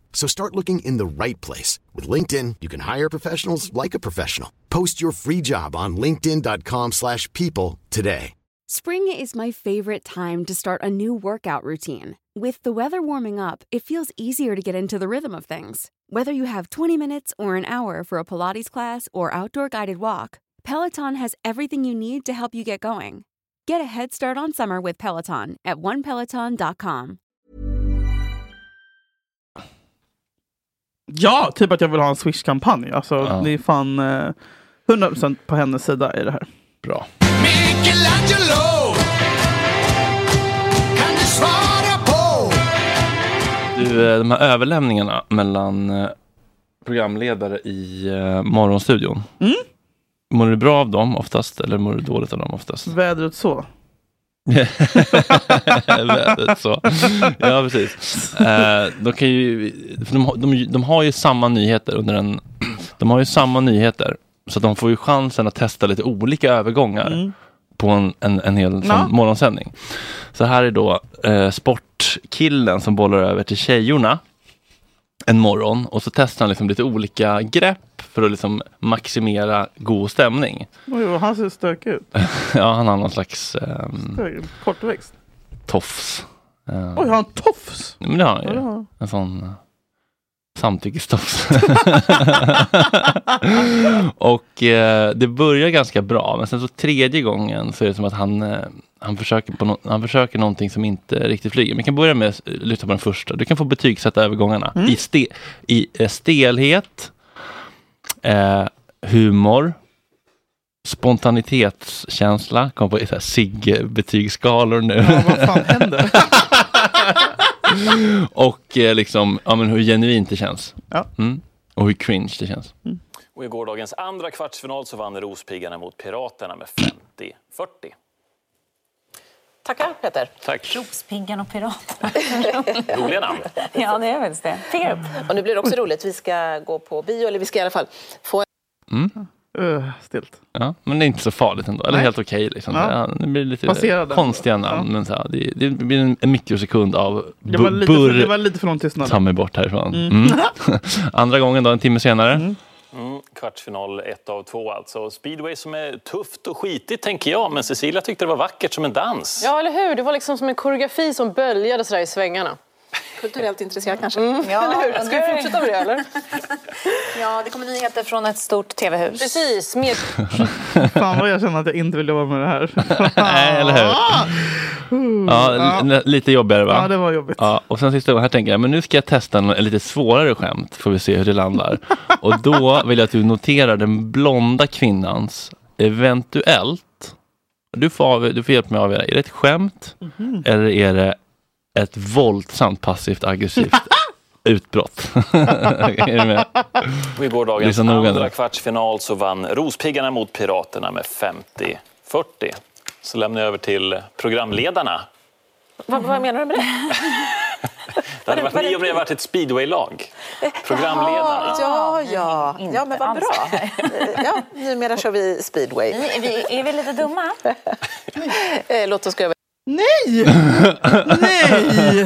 So start looking in the right place. With LinkedIn, you can hire professionals like a professional. Post your free job on linkedin.com/people slash people today. Spring is my favorite time to start a new workout routine. With the weather warming up, it feels easier to get into the rhythm of things. Whether you have 20 minutes or an hour for a Pilates class or outdoor guided walk, Peloton has everything you need to help you get going. Get a head start on summer with Peloton at onepeloton.com. Ja, typ att jag vill ha en Swish-kampanj. Alltså, Det är fan eh, 100% på hennes sida i det här. Bra. Michelangelo Kan du svara på Du, eh, de här överlämningarna mellan eh, programledare i eh, Morgonstudion. Mm. Mår du bra av dem oftast eller mår du dåligt av dem oftast? Vädret så. Vädret Eh, så. Ja, precis. Eh, de, kan ju, för de, har- de, de har ju samma nyheter under en... De har ju samma nyheter. Så att de får ju chansen att testa lite olika Mm. övergångar på en, en, en hel sån Ja. morgonsändning. Så här är då eh, sport bort killen som bollar över till tjejorna en morgon och så testar han liksom lite olika grepp för att liksom maximera god stämning. Oj, vad han ser stökig ut. ja, han har någon slags ehm, Stökig. Kortväxt. tofs. Eh, Oj, har han tofs? men det har han ju. Ja, det har han. En sån eh, samtyckestofs. och eh, det börjar ganska bra, men sen så tredje gången så är det som att han, eh, han, försöker, på nå- han försöker någonting som inte riktigt flyger. Men Vi kan börja med att eh, lyssna på den första. Du kan få betygsätta övergångarna Mm. i, ste, i eh, stelhet, eh, humor, spontanitetskänsla. Kom på eh, så här SIG-betygsskalor nu. och eh, liksom, ja, men hur genuint det känns. Mm. Och hur cringe det känns. Och i gårdagens andra kvartsfinal så vann Rospiggarna mot Piraterna med 50-40. Tackar Peter. Tack. Rospiggan och piraterna. Roliga namn. ja, det är faktiskt det. Pigga upp. Och nu blir det också roligt. Vi ska gå på bio, eller vi ska i alla fall få en Mm. stilt. Ja, men det är inte så farligt ändå. Eller Nej. helt okej. liksom. Ja. ja. Det blir lite Passerade. konstiga namn. Men så här, det, det blir en, en mikrosekund av Det var, bu- lite för, burr. det var lite för lång tystnad. Ta mig bort härifrån. Mm. Mm. Andra gången då, en timme senare. Mm, kvartsfinal 1 av 2 alltså. Speedway som är tufft och skitigt tänker jag, men Cecilia tyckte det var vackert som en dans. Ja, eller hur? Det var liksom som en koreografi som böljade sådär i svängarna. Mm. kulturellt intresserad kanske. Ja, eller hur? det Ska är- vi fortsätta med det eller? ja, det kommer nyheter från ett stort tv-hus. Precis, med Fan vad jag känner att jag inte vill jobba med det här. Ah! Nej, eller hur? Ja, l- l- lite jobbigare va? Ja, det var jobbigt. Ja, och sen sista gången, här tänker jag, men nu ska jag testa en, en lite svårare skämt, får vi se hur det landar. och då vill jag att du noterar den blonda kvinnans, eventuellt, du får, av, du får hjälpa mig att avgöra, är det ett skämt Mhm. eller är det ett våldsamt passivt aggressivt utbrott? är du med? Och i gårdagens Lyssna noga andra nu. kvartsfinal så vann Rospiggarna mot Piraterna med 50-40. Så lämnar jag över till programledarna. Vad, vad menar du med det? Det hade varit ni om ni hade varit ett speedway-lag. Programledarna. Ja, ja. ja men vad bra. ja, numera kör vi speedway. Vi- vi- är vi lite dumma? Låt oss gå över. Nej! Nej!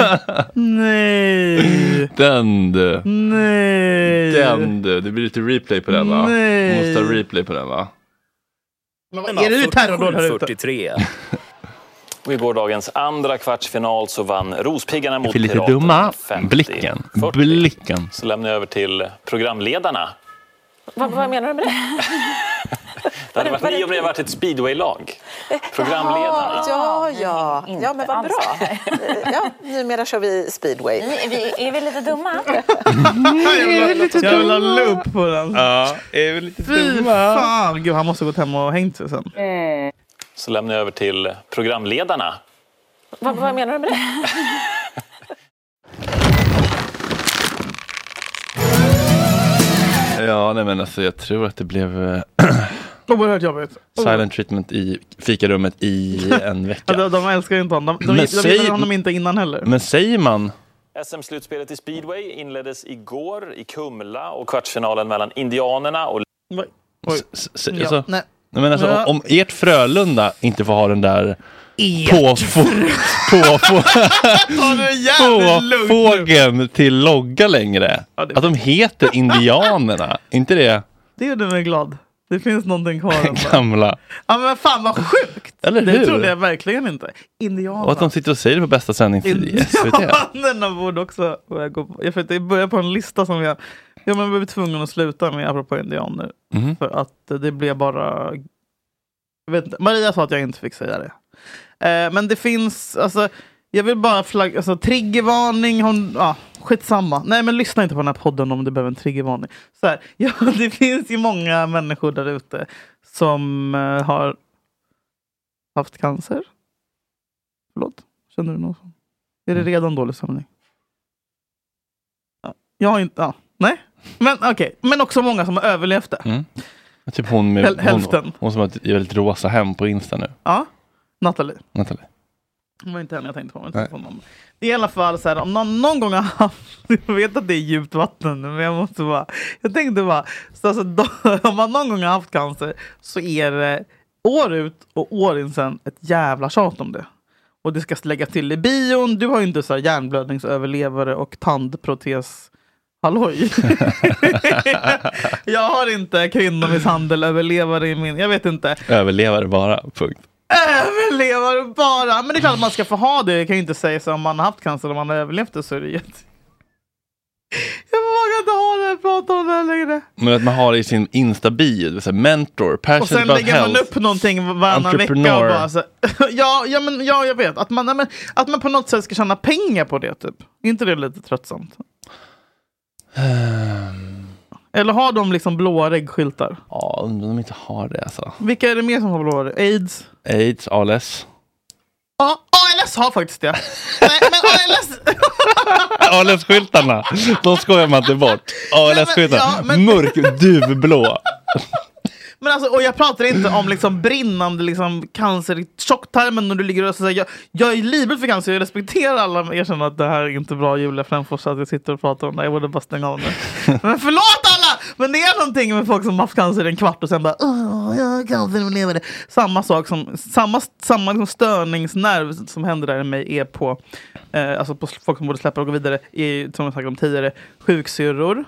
Nej! Den du! Nej! Den du! Det blir lite replay på den va? Nej. Måste ha replay på den va? Är det nu terrordåd här ute? 43. Och i gårdagens andra kvartsfinal så vann Rospiggarna mot För lite Piraterna dumma, med 50-40. blicken, blicken. Så lämnar jag över till programledarna. Vad, vad menar du med det? Det hade varit ni om ni hade varit ett speedway-lag. Programledarna. Ja, ja. ja men vad bra. ja, numera kör vi speedway. Är vi, är vi lite dumma? Jag vill ha loop på den. Ja, är vi lite Fy fan! Gud, han måste gått hem och hängt sig sen. Så lämnar jag över till programledarna. Vad, vad menar du med det? Ja, nej men alltså jag tror att det blev eh, Oerhört jobbigt. silent treatment i fikarummet i en vecka. Ja, de, de älskar ju inte honom. De, de, Men de säg- gillade honom inte innan heller. Men säger man SM-slutspelet i speedway inleddes igår i Kumla och kvartsfinalen mellan Indianerna och... S- s- Ja, alltså, nej. nej. men alltså, Ja. om ert Frölunda inte får ha den där Ert påfå, påfå, Ta det jävligt lugnt nu. påfågeln till logga längre. Att de heter Indianerna, inte det Det gjorde mig glad. Det finns någonting kvar. ändå. gamla? ja, men fan vad sjukt! Eller Det hur? trodde jag verkligen inte. Indianerna. Och att de sitter och säger det på bästa E sändningstid i SVT. Indianerna borde också börja gå på. Jag för att det börjar på en lista som jag... Ja, men jag blev tvungen att sluta med apropå indianer. Mhm. För att eh, det blev bara... Jag vet inte, Maria sa att jag inte fick säga det. Eh, men det finns... Alltså, jag vill bara flagga... Alltså, triggervarning. Hon, ja, skitsamma. Nej, men lyssna inte på den här podden om du behöver en triggervarning. Så här, ja, det finns ju många människor där ute som eh, har haft cancer. Förlåt? Känner du någon som? Är det redan dålig sömning? Ja. Jag har inte... Ja. Nej. Men okej. Men också många som har överlevt det. Mm. Typ hon, med, Häl- hälften. hon, hon som har ett väldigt rosa hem på Insta nu. Ja. Nathalie. Natalie. Det var inte henne jag tänkte på. men Jag tänkte på någon. Det är i alla fall så här, om någon någon gång har haft... Jag vet att det är djupt vatten, men jag måste bara... Jag tänkte bara, så alltså, då, om man någon gång har haft cancer så är det år ut och år in sen ett jävla tjat om det. Och det ska lägga till i bion. Du har ju inte så här hjärnblödningsöverlevare och tandprotes halloj. jag har inte kvinnomisshandelöverlevare i min... Jag vet inte. Överlevare bara, punkt. Överlevare bara! Men det är klart att man ska få ha det. Jag kan ju inte säga så om man har haft cancer och man har överlevt det så är det jätte... Jag vågar inte ha det här, prata om det här längre. Men att man har det i sin Insta-bio, det vill säga mentor, Och passion sen about lägger man health. upp någonting varannan vecka och Entreprenör. bara så, ja, ja, men, ja, jag vet. Att man, nej, men, att man på något sätt ska tjäna pengar på det, typ. Är inte det lite tröttsamt? Eller har de liksom blåa reggskyltar? Ehm, Ja, undrar om de inte har det alltså. Vilka är det mer som har blåa regg? Aids? Aids, ALS. Ja, ALS har faktiskt det. nej, men ALS... ALS-skyltarna, de skojar man inte bort. ja, ALS-skyltarna, men- mörk, duvblå. Men alltså, och jag pratar inte om liksom brinnande liksom cancer i tjocktarmen och du ligger och säger jag, jag är livrädd för cancer, jag respekterar alla men jag känner att det här är inte bra Julia Fränfors att jag sitter och pratar om det, jag borde bara stänga av nu. Men förlåt alla! Men det är någonting med folk som haft cancer i en kvart och sen bara åh, jag har cancer men lever det. Samma sak som, samma, samma liksom störningsnerv som händer där i mig är på, eh, alltså på folk som borde släppa och gå vidare, är, som jag sagt om tidigare, sjuksyrror.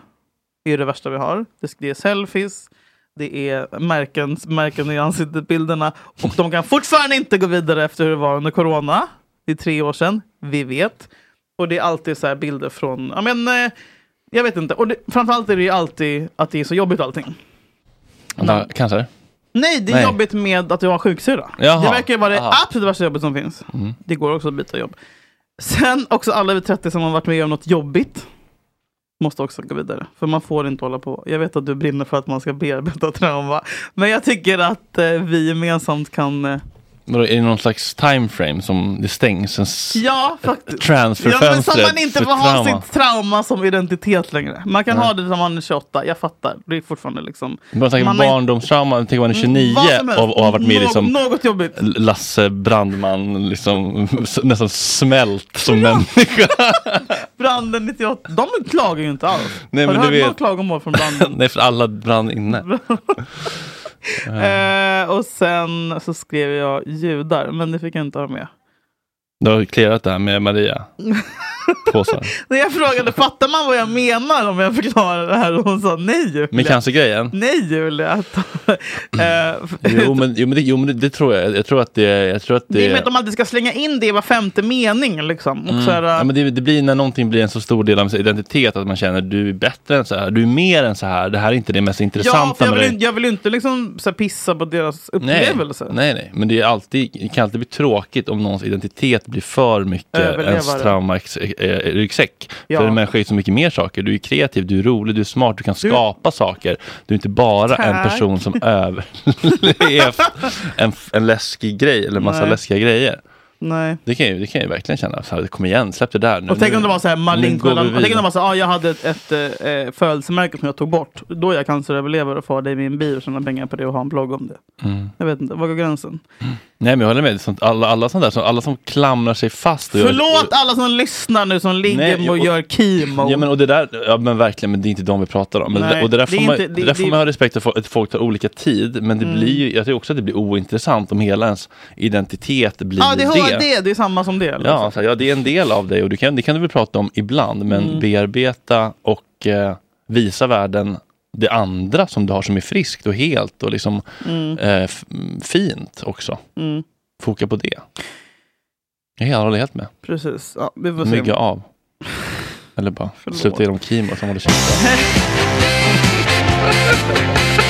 Det är det värsta vi har. Det det är selfies, det är märken, märken i ansiktsbilderna och de kan fortfarande inte gå vidare efter hur det var under corona. Det är tre år sedan, vi vet. Och det är alltid så här bilder från, ja men, eh, jag vet inte. Och det, framförallt är det ju alltid att det är så jobbigt allting. Mm. Vänta, Cancer? Nej, det är Nej. jobbigt med att du har sjuksyrra. Jaha. Det verkar ju vara det Aha. absolut värsta jobbet som finns. Mm. Det går också att byta jobb. Sen också alla över 30 som har varit med om något jobbigt måste också gå vidare. För man får inte hålla på. Jag vet att du brinner för att man ska bearbeta trauma. Men jag tycker att eh, vi gemensamt kan... Eh, Vadå, Är det någon slags time frame som det stängs? En s- ja, faktiskt. Ja, men transferfönstret som man inte för får ha trauma. sitt trauma som identitet längre. Man kan Nej. ha det när man är 28, jag fattar. Det är fortfarande liksom... Man tänker man på har- barndomstrauma, tänker man är Mm, 29 vad som helst. och, och har varit med i Nå- liksom något jobbigt. Lasse Brandman, liksom, s- nästan smält som människa. Branden 98, de klagar ju inte alls. Nej, har men du du hört några vet. klagomål från branden? Nej, för alla brann inne. Eh, och sen så skrev jag judar, men det fick jag inte ha med. Du har clearat det här med Maria. Påsar. När jag frågade fattar man vad jag menar om jag förklarar det här och hon sa nej Julia. Med cancergrejen? Nej Julia. Eh, Jo, men, jo, men, det, jo, men det, det tror jag. Jag tror att det... Jag tror att det, Mm. det är med att de alltid ska slänga in det i var femte mening. Liksom. Och så här, ja, men det, det blir när någonting blir en så stor del av ens identitet att man känner du är bättre än så här, du är mer än så här, det här är inte det mest ja, för intressanta jag, med vill, dig. inte- jag vill inte liksom, så här, pissa på deras Nej, upplevelse. nej, nej, men det, är alltid, det kan alltid bli tråkigt om någons identitet blir för mycket Överlevare. ens traumaryggsäck. Ja. eh, För en människa är så mycket mer saker. Du är kreativ, du är rolig, du är smart, du kan skapa saker. Du är inte bara en Tack. person som överlevt en, en läskig grej eller massa Nej. läskiga grejer. Nej. Det kan jag ju, det kan jag ju verkligen känna. Så här, kom igen, släpp det där. Nu, Och tänk om nu- det var så här nu går Malinko, vi tänk om det vidare. var så här, ah, jag hade ett, ett eh, eh, födelsemärke som jag tog bort. Då är jag canceröverlevare och får ha det i min bio och tjäna pengar på det och ha en blogg om det. Mm. Jag vet inte, var går gränsen? Nej men jag håller med, sånt, alla, alla, sånt där, så- alla som klamrar sig fast. och gör- Förlåt alla som lyssnar nu som ligger Nej, och och- gör chemo. Ja men, och det där, ja, men verkligen, men det är inte de vi pratar om. Men det, Nej, där- och det där det är får, man, inte- det- det, där får det- man ha respekt för att folk tar olika tid, men det Mm. blir ju, jag tror också att det blir ointressant om hela ens identitet blir Ja, det, det. hör- det, det är samma som det. liksom. eller? Ja, så, här, ja, det är en del av dig och du kan, det kan du väl prata om ibland, men Mm. bearbeta och eh, visa världen det andra som du har som är friskt och helt och liksom Mm. eh, f- fint också. Mm. Foka på det. Jag helt- håller helt med. Precis. Ja, vi får se. Mygga av. Eller bara Förlåt. sluta genom kimo som håller käften.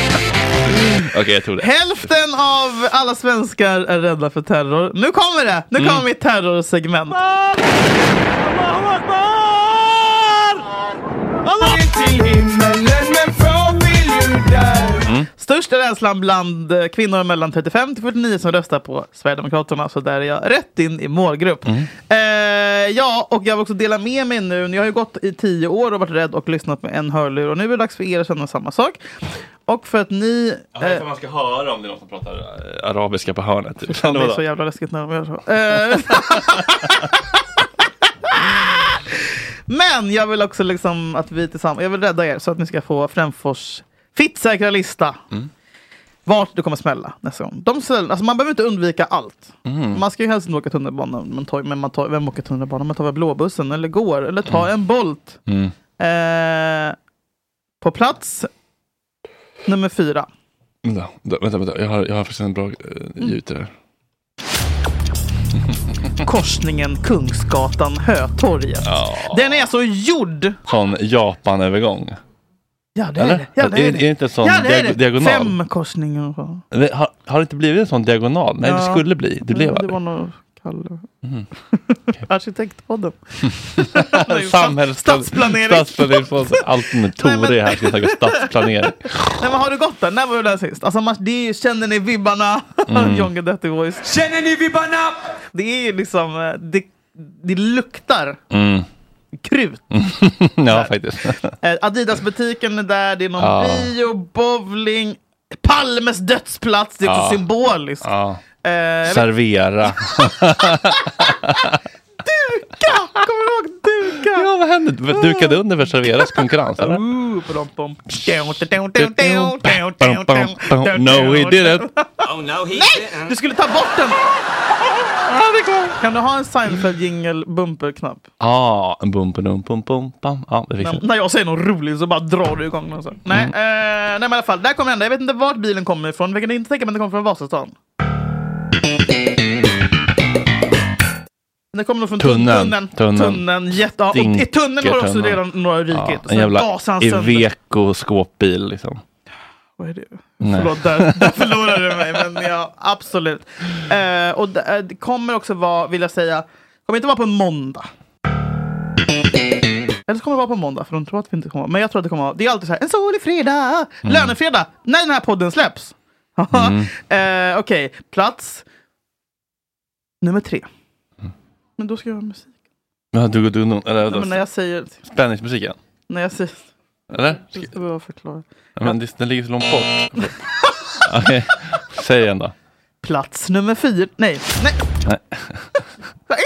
Okej, jag tror det. Hälften av alla svenskar är rädda för terror. Nu kommer det! Nu Mm. kommer mitt terrorsegment. Till himmelen men från vill ju där Störst är rädslan bland eh, kvinnor mellan 35 till 49 som röstar på Sverigedemokraterna. Så där är jag rätt in i målgrupp. Eh, ja, och jag vill också dela med mig nu. Jag har ju gått i tio år och varit rädd och lyssnat med en hörlur. Och nu är det dags för er att känna samma sak. Och för att ni... eh, man ska höra om det är någon som pratar eh, arabiska på hörnet. Typ. det är så jävla läskigt när de gör så. Eh, Men jag vill också liksom att vi tillsammans, jag vill rädda er så att ni ska få Frändfors fittsäkra lista. vart det kommer smälla nästa gång. De ställer, alltså man behöver inte undvika allt. Man ska ju helst inte åka tunnelbana, men, tar, men man tar, vem åker tunnelbana? Man tar väl blåbussen eller går eller tar en Bolt. Mm. Eh, på plats nummer fyra. Vänta, vänta, vänta, vänta. Jag, har, jag har faktiskt en bra eh, Mm. ljud till det här. Korsningen Kungsgatan Hötorget. Den är så gjord! Sån Japan-övergång. Ja, det är Eller? det. Ja, det Är- är, är det inte en sån ja, det är det. diag- diagonal? Fem korsningar. och- Det- Har, har det inte blivit en sån diagonal? Nej, det Ja. skulle bli. Det blev Ja, Det aldrig. var nog Kalle. Mm. Arkitektpodden. Samhälls- Stadsplanering. Stadsplaneringsfond. Allt med Tore här ska snacka stadsplanering. Nej, men har du gått där? När var du där sist? Alltså, man, det är, ju- känner ni vibbarna? Mm. John Guidetti voice. Känner ni vibbarna? Det är ju liksom, eh, det, det luktar Mm. krut. ja, faktiskt. Eh, Adidas-butiken är där, det är någon Ja. bio, bowling, Palmes dödsplats, det är också Ja. symboliskt. Ja. Eh, jag vet- Servera. duka! Kommer du ihåg duka? Ja, vad hände? Dukade under för Serveras konkurrens, eller? Ooh, pom-pom. No, No, he didn't. Oh, no, he Nej! Du skulle ta bort den! Kan du ha en Seinfeld jingle bumper knapp? Ja, ah, bum bum bum bum bum. Ja, det fick När, jag. när jag säger något roligt så bara drar du igång den. så. Nej, Mm. eh, nej, men i alla fall. Där kommer den. Jag vet inte vart bilen kommer ifrån. Jag kan inte tänka mig att den kommer från Vasastan. Den kommer nog från Tunneln. tunneln. Tunneln. tunneln. Jätte, ja, och I tunneln har det också Stinker redan tunneln. några rikigt. en Sen jävla gasar han sönder. Iveco skåpbil liksom. Vad är det? Nej. Förlåt, där, där förlorade du mig. Men ja, absolut. Eh, och det, eh, det kommer också vara, vill jag säga, kommer inte vara på en måndag. Eller så kommer det vara på en måndag, för de tror att vi inte kommer vara. Men jag tror att det kommer vara. Det är alltid så här, en solig fredag, lönefredag, när den här podden släpps. Mm. Eh, Okej, plats nummer tre. Mm. Men då ska jag ha musik. Men du, du, du, eller, alltså, Nej, men när jag säger... Spänningsmusiken? När jag säger... Eller? Jag ska behöva förklara. Ja, men det, den ligger så långt bort. Okej, säg igen då. Plats nummer fyra. Nej, nej, Nej. nej.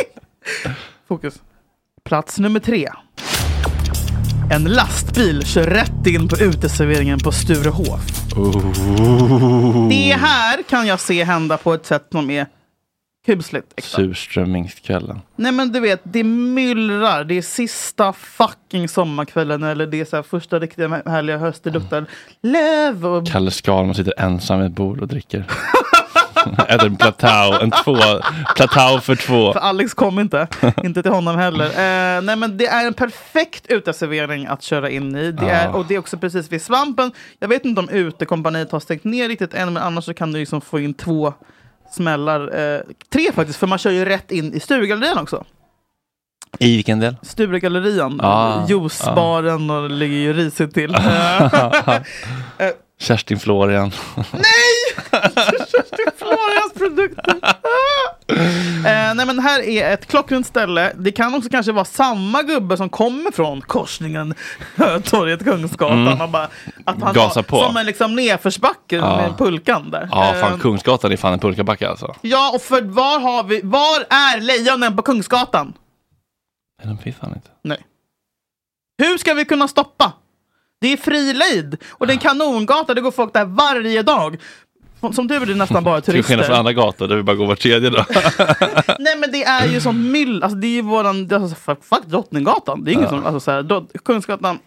Fokus. Plats nummer tre. En lastbil kör rätt in på uteserveringen på Sturehof. Oh. Det här kan jag se hända på ett sätt som är kusligt. Surströmmingskvällen. Nej men du vet, det myllrar. Det är sista fucking sommarkvällen eller det är så här första riktiga härliga hösten. Det luktar löv och Kalle Skalman sitter ensam vid ett bord och dricker. Äter en platå, en två, platå för två. För Alex kom inte. inte till honom heller. Eh, nej, men det är en perfekt uteservering att köra in i. Det är, Ja. och det är också precis vid svampen. Jag vet inte om utekompaniet har stängt ner riktigt än, men annars så kan du liksom få in två smällar. Eh, tre faktiskt, för man kör ju rätt in i Sturegallerian också. I vilken del? Sturegallerian, Ja, juicebaren och det ligger ju risigt till. Eh, Kerstin Florian. Florians produkter. eh, nej men här är ett klockrent ställe. Det kan också kanske vara samma gubbe som kommer från korsningen torget Kungsgatan. Mm. Och bara, att han Gasa har, på. Som en liksom nedförsbacke Ja. med pulkan där. Ja, Eh, fan Kungsgatan är fan en pulkabacke alltså. ja, och för var har vi, var är lejonen på Kungsgatan? Men den finns fan inte. Nej. Hur ska vi kunna stoppa? Det är frilejd och Ah. det är en kanongata, det går folk där varje dag. Som tur är det nästan bara Till skillnad från turister. andra gator där vi bara går var tredje dag. Nej men det är ju sånt myll. Alltså, det är ju våran... det är Alltså, fuck, fuck Drottninggatan. Det är inget Ja. som... Alltså, så här, då, Kungsgatan.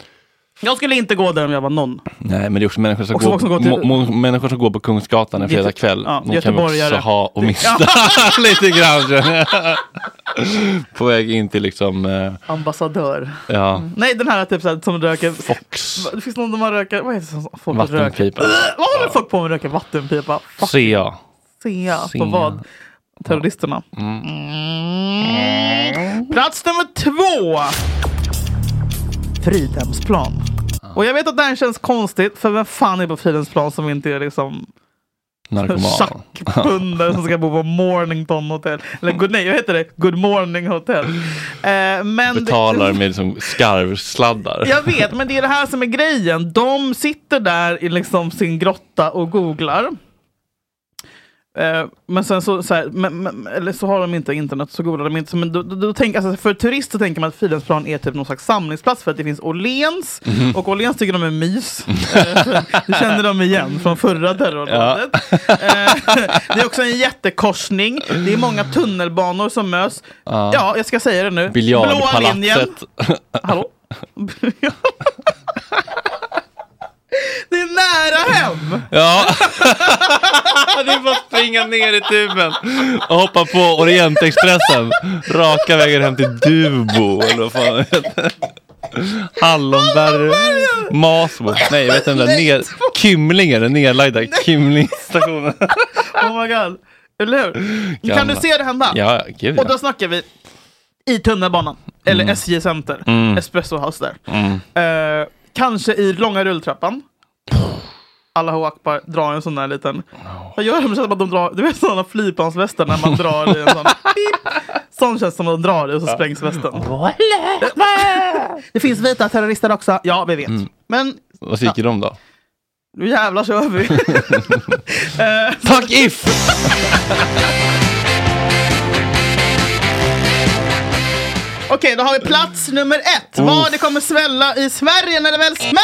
Jag skulle inte gå där om jag var någon. Nej, men det är också människor som, Och som går, också går till- må- må- människor som går på Kungsgatan en Göte- fredag kväll. ja, de kan vi också göteborgare. ha och Det- mista lite grann. känner jag. på väg in till liksom, eh, Ambassadör. ja, Nej, den här typ så här, som röker... Fox. Det finns någon som har röker... Vad heter det som folk röker? vattenpipa. Vad håller folk på med att röka vattenpipa? Fuck, Ser jag. ser jag. Ser På jag. vad? Terroristerna. Mm. Plats nummer två. Fridhemsplan. Och jag vet att det här känns konstigt, för vem fan är på Fridhemsplan som inte är liksom Narkoman. Schackpundare som ska bo på Mornington Hotel. Eller good, nej, jag heter det Good Morning Hotel. Eh, men Betalar med liksom skarvsladdar. Jag vet, men det är det här som är grejen. De sitter där i liksom sin grotta och googlar. Eh, men sen så, så här, men, men, eller så har de inte internet, så googlar de inte. Så, Men då, då, då tänk, alltså, för turister tänker man att Fridhemsplan är typ någon slags samlingsplats för att det finns Åhléns. Mhm. Och Åhléns tycker de är mys. Eh, för det kände de igen från förra terrordådet. Eh, det är också en jättekorsning. Det är många tunnelbanor som möts. Ja. Ja, jag ska säga det nu. Blåa linjen. Biljardpalatset. Hallå? Det är nära hem! Ja. det är bara att springa ner i tuben och hoppa på Orientexpressen. Raka vägen hem till Dubo. Eller vad fan heter det? Hallonberg. Masbo. Nej, vet du den där ner... Kymlingen, den nedlagda Kymlingstationen. Oh my god. Eller hur? Kan Gamla. du se det hända? Ja, gud, Och ja. då snackar vi i tunnelbanan, eller SJ Center, Mm. Espresso House där. Mm. Eh, kanske i långa rulltrappan. Allahu akbar, dra en sån där liten. Vad gör de? Det känns som att de drar, du vet sådana flygplansvästar när man drar i en sån. Pip. Sån känns som att de drar i och så sprängs västen. Det finns vita terrorister också. Ja, vi vet. Mm. Men Vad gick de då? nu jävlar kör vi. Fuck if! Okej, då har vi plats nummer ett. Uff. Vad det kommer svälla i Sverige när det väl smäller!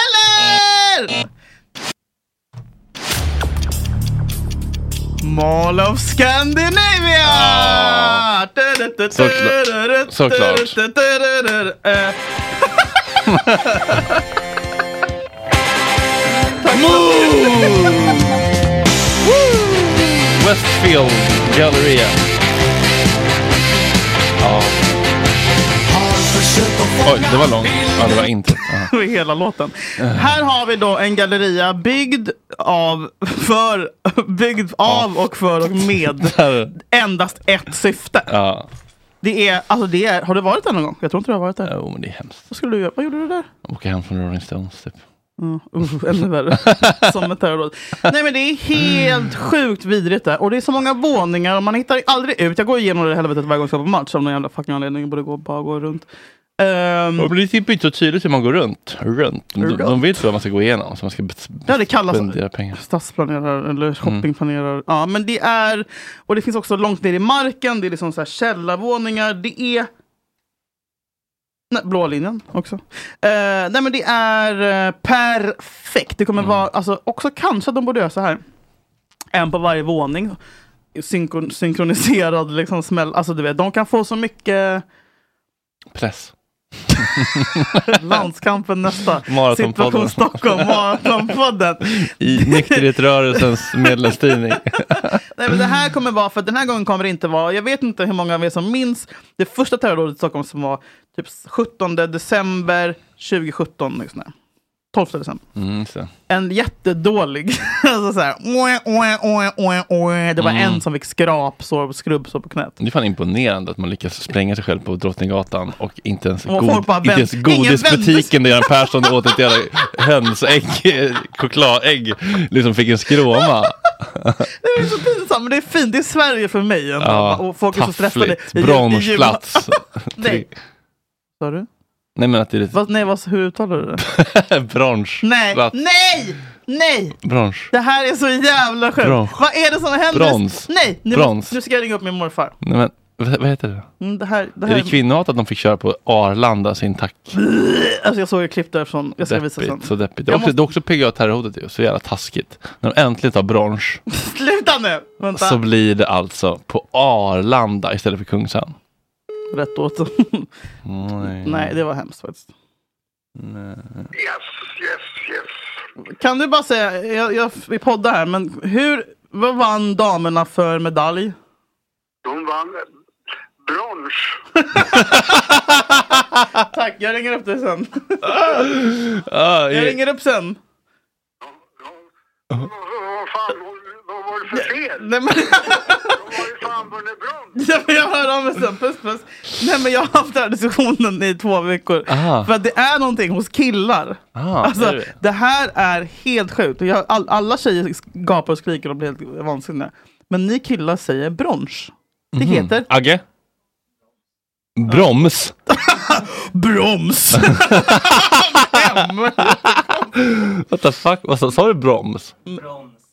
Mall of Scandinavia! Ah. Såklart. Såklart. Eh, Westfield Galleria. Ja. Oj, det var långt. Ja, det var inte. Det var hela låten. Eh. Här har vi då en galleria byggd av, för, byggd av och för och med endast ett syfte. Ja. Det är, alltså det är, har du varit där någon gång? Jag tror inte du har varit där. Jo, men det är hemskt. Vad skulle du göra? Vad gjorde du där? Åka hem från Rolling Stones typ. Mm, usch, ännu värre. Som ett terrordåd. Nej men det är helt sjukt vidrigt där. Och det är så många våningar och man hittar aldrig ut. Jag går igenom det helvetet varje gång jag ska på match av någon jävla fucking anledning. Jag borde gå, bara gå runt. Ehm, Och det blir typ inte så tydligt hur man går runt. Runt. De, de vet vad man ska gå igenom. Så man ska bet- Ja, det kallas- spendera pengar. stadsplanerar eller shoppingplanerar. Ja, men det är... Och det finns också långt ner i marken. Det är liksom så här källarvåningar. Det är... Nej, blå linjen också. Eh, nej men det är eh, perfekt. Det kommer vara, alltså också kanske att de borde göra så här. En på varje våning. Synkron- synkroniserad liksom smäll. Alltså du vet, de kan få så mycket Press. landskampen nästa. Maratonpodden. Situation Stockholm, Maratonpodden. I nykterhetsrörelsens medlemstidning. Nej, men det här kommer vara, för den här gången kommer det inte vara, jag vet inte hur många av er som minns det första terrordådet i Stockholm som var typ 17 december 2017. Liksom. 12 december. Mm, så. En jättedålig. alltså så här, oe, oe, oe, oe, oe. Det var Mm. en som fick skrapsår och skrubbsår på knät. Det är fan imponerande att man lyckas spränga sig själv på Drottninggatan och inte ens, Och god, folk bara inte vänt- ens ingen godisbutiken där Göran Persson åt ett jävla hönsägg, chokladägg, liksom fick en skråma. Det är så pinsamt, men det är fint. Det är Sverige för mig. ändå. Ja, och folk är så stressade. taffligt. I- i- i- Bronsplats. Nej. Sa du? Nej men att det är lite Vad, nej, vad, hur uttalar du det? bransch. Nej, plats. nej, nej! Bransch. Det här är så jävla sjukt. Brons. Vad är det som händer? Brons. Nej, nu, Brons. nu ska jag ringa upp min morfar. Nej, men, vad vad heter det? Mm, Det här, det Är här, det kvinnohat att de fick köra på Arlanda sin tack? alltså jag såg ett klipp därifrån. Jag ska visa sen. Deppigt, så deppigt. Det är Jag också, det är också PGA terrorhotet ju, så jävla taskigt. När de äntligen tar bransch Sluta nu! Vänta. så blir det alltså på Arlanda istället för Kungsan. Rätt åt dem. Nej. Nej, det var hemskt faktiskt. Nej. Kan du bara säga, jag, jag, vi poddar här, men hur, vad vann damerna för medalj? De vann eh, brons. Tack, jag ringer upp dig sen. Ah, jag i- ringer upp sen. Vad fan, vad var det för fel? Nej, men... Ja, men jag hör av mig sen. Puss, puss. Nej, men jag har haft den här diskussionen i två veckor. Aha. För att det är någonting hos killar. Ah, alltså, är det? det? här är helt sjukt. Och Jag, all, alla tjejer sk- gapar och skriker och blir helt vansinniga. Men ni killar säger brons. Det Mhm. heter Agge? Broms? broms. What the fuck? Vad sa, sa du broms?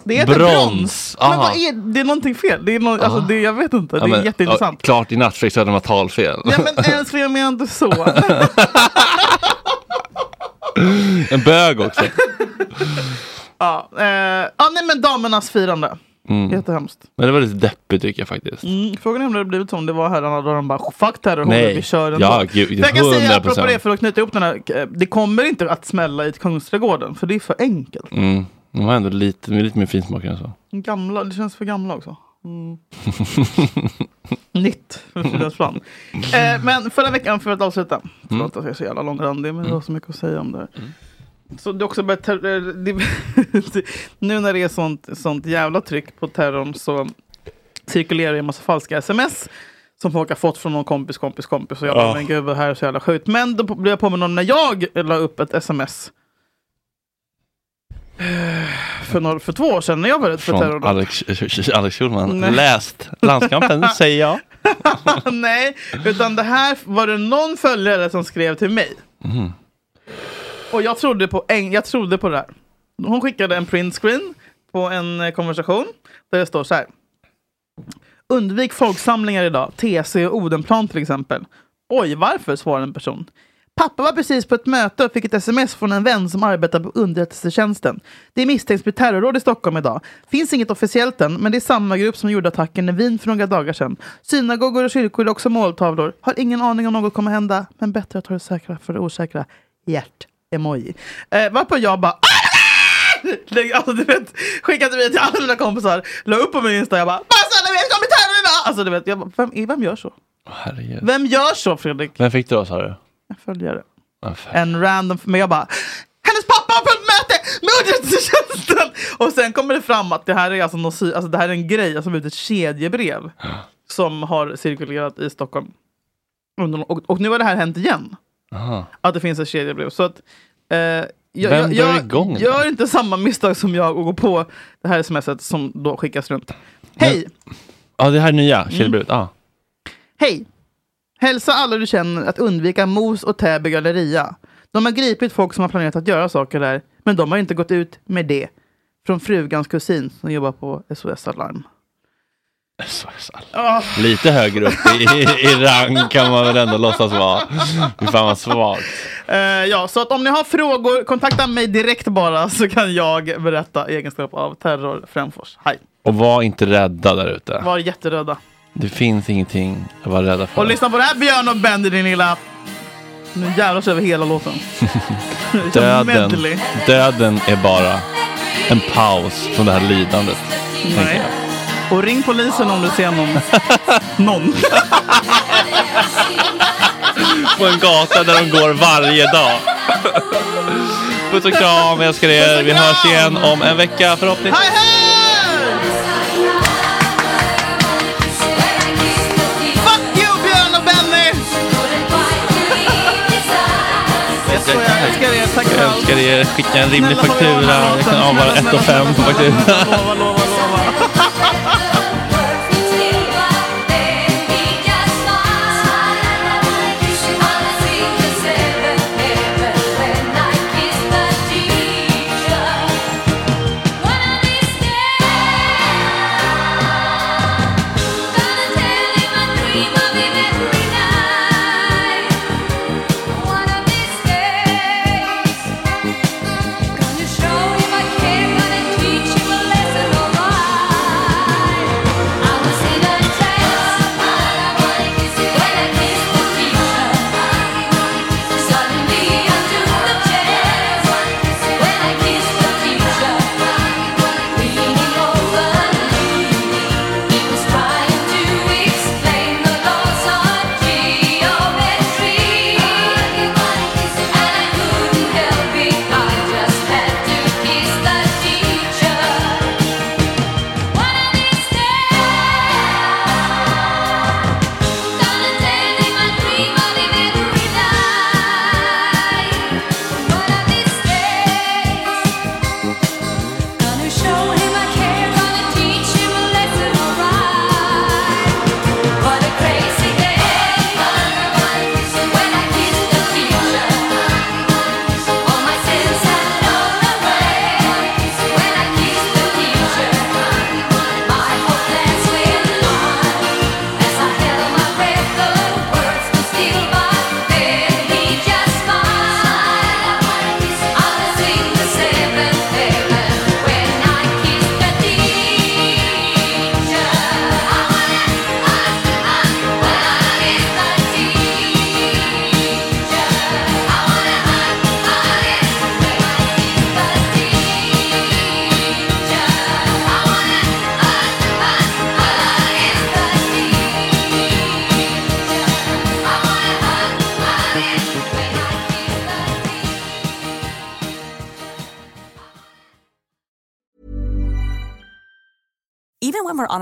Det heter Brons. brons. Aha. Men vad är, det är någonting fel. Det är någon, alltså, det, jag vet inte. Det är men, jätteintressant. ja, klart i nattfrisk så hade de har talfel. Ja, men älskling, jag menar inte så. en bög också. ja, eh, ja, nej men damernas firande. Mm. Jättehemskt. Men det var lite deppigt tycker jag faktiskt. Mm, frågan är om det hade blivit som det var herrarna då de bara fuck terror, Nej. Nej. vi kör ändå. Ja, gud, jag kan säga apropå 100%. det för att knyta ihop den här. eh, Det kommer inte att smälla i Kungsträdgården för det är för enkelt. Mm. De var ändå lite, lite mer finsmakare än så. Gamla, det känns för gamla också. Mm. Nytt för Fridhems plan. Eh, men förra veckan, för att avsluta. Mm. Förlåt att jag är så jävla långrandig, men det var så mycket att säga om det här. Så det är också börjat terror, det, Nu när det är sånt, sånt jävla tryck på terrorn så cirkulerar det en massa falska sms som folk har fått från någon kompis, kompis, kompis. Och jag bara, Ja. men gud vad det här är så jävla sjukt. Men då blev jag påminn om när jag la upp ett sms eh, för, några, för två år sedan när jag var rädd för terror. Från Alex, Alex Schulman. Nej. Läst Landskampen, säger jag. Nej, utan det här var det någon följare som skrev till mig. Mm. Och jag trodde på, en, jag trodde på det här. Hon skickade en printscreen på en eh, konversation där det står så här. Undvik folksamlingar idag, TC och Odenplan till exempel. Oj, varför? svarar en person. Pappa var precis på ett möte och fick ett sms från en vän som arbetar på underrättelsetjänsten. Det misstänks bli terrorråd i Stockholm idag. Finns inget officiellt än, men det är samma grupp som gjorde attacken i Wien för några dagar sedan. Synagogor och kyrkor är också måltavlor. Har ingen aning om något kommer hända, men bättre att ta det säkra för det osäkra. Hjärt-emoji. Eh, varpå jag bara Lägg- Alltså du vet, skickade mig till alla mina kompisar, la upp på min Insta, jag bara Passa dig, det kommer terror idag! Alltså du vet, jag bara, vem, vem gör så? Herregud. Vem gör så Fredrik? Vem fick du då sa du? En följare. Ja, fan. En random, men jag bara Hennes pappa har följt möte med underrättelsetjänsten! Och sen kommer det fram att det här är alltså, någon, sy- alltså det här är en grej, alltså ett kedjebrev som har cirkulerat i Stockholm. Under- Och, och nu har det här hänt igen. Aha. Att det finns ett kedjebrev. Så att, eh, jag, Vem jag, drar jag igång det? gör inte samma misstag som jag och går på det här smset som då skickas runt. Hej! Ja, det här är Mm. nya, Kjellbrut. Ja. Hej! Hälsa alla du känner att undvika Mos och Täby galleria. De har gripit folk som har planerat att göra saker där, men de har inte gått ut med det. Från frugans kusin som jobbar på SOS Alarm. SOS Alarm. Ah. Lite högre upp i, i, i rang kan man väl ändå låtsas vara. Fy fan vad svagt. Eh, ja, så att om ni har frågor, kontakta mig direkt bara så kan jag berätta i egenskap av Terror Främfors. Hej! Och var inte rädda där ute. Var jätterädda. Det finns ingenting att vara rädda för. Och lyssna på det här Björn och Benny din lilla... Nu jävlar kör vi hela låten. Kör Döden, medley. döden är bara en paus från det här lidandet. tänker Nej. jag. Och ring polisen om du ser någon. någon. På en gata där de går varje dag. Puss och kram, jag älskar er. Vi hörs igen om en vecka förhoppningsvis. Fuck you Björn och Benny! Jag är så- jag älskar er, tack för Jag allt. älskar er. Skicka en rimlig Snälla, håll igång den faktura. här Jag kan låten. avvara Snälla, 1 5 på fakturan. Lova, lova, lova. Can you show him I care and teach him a lesson of Even when we're on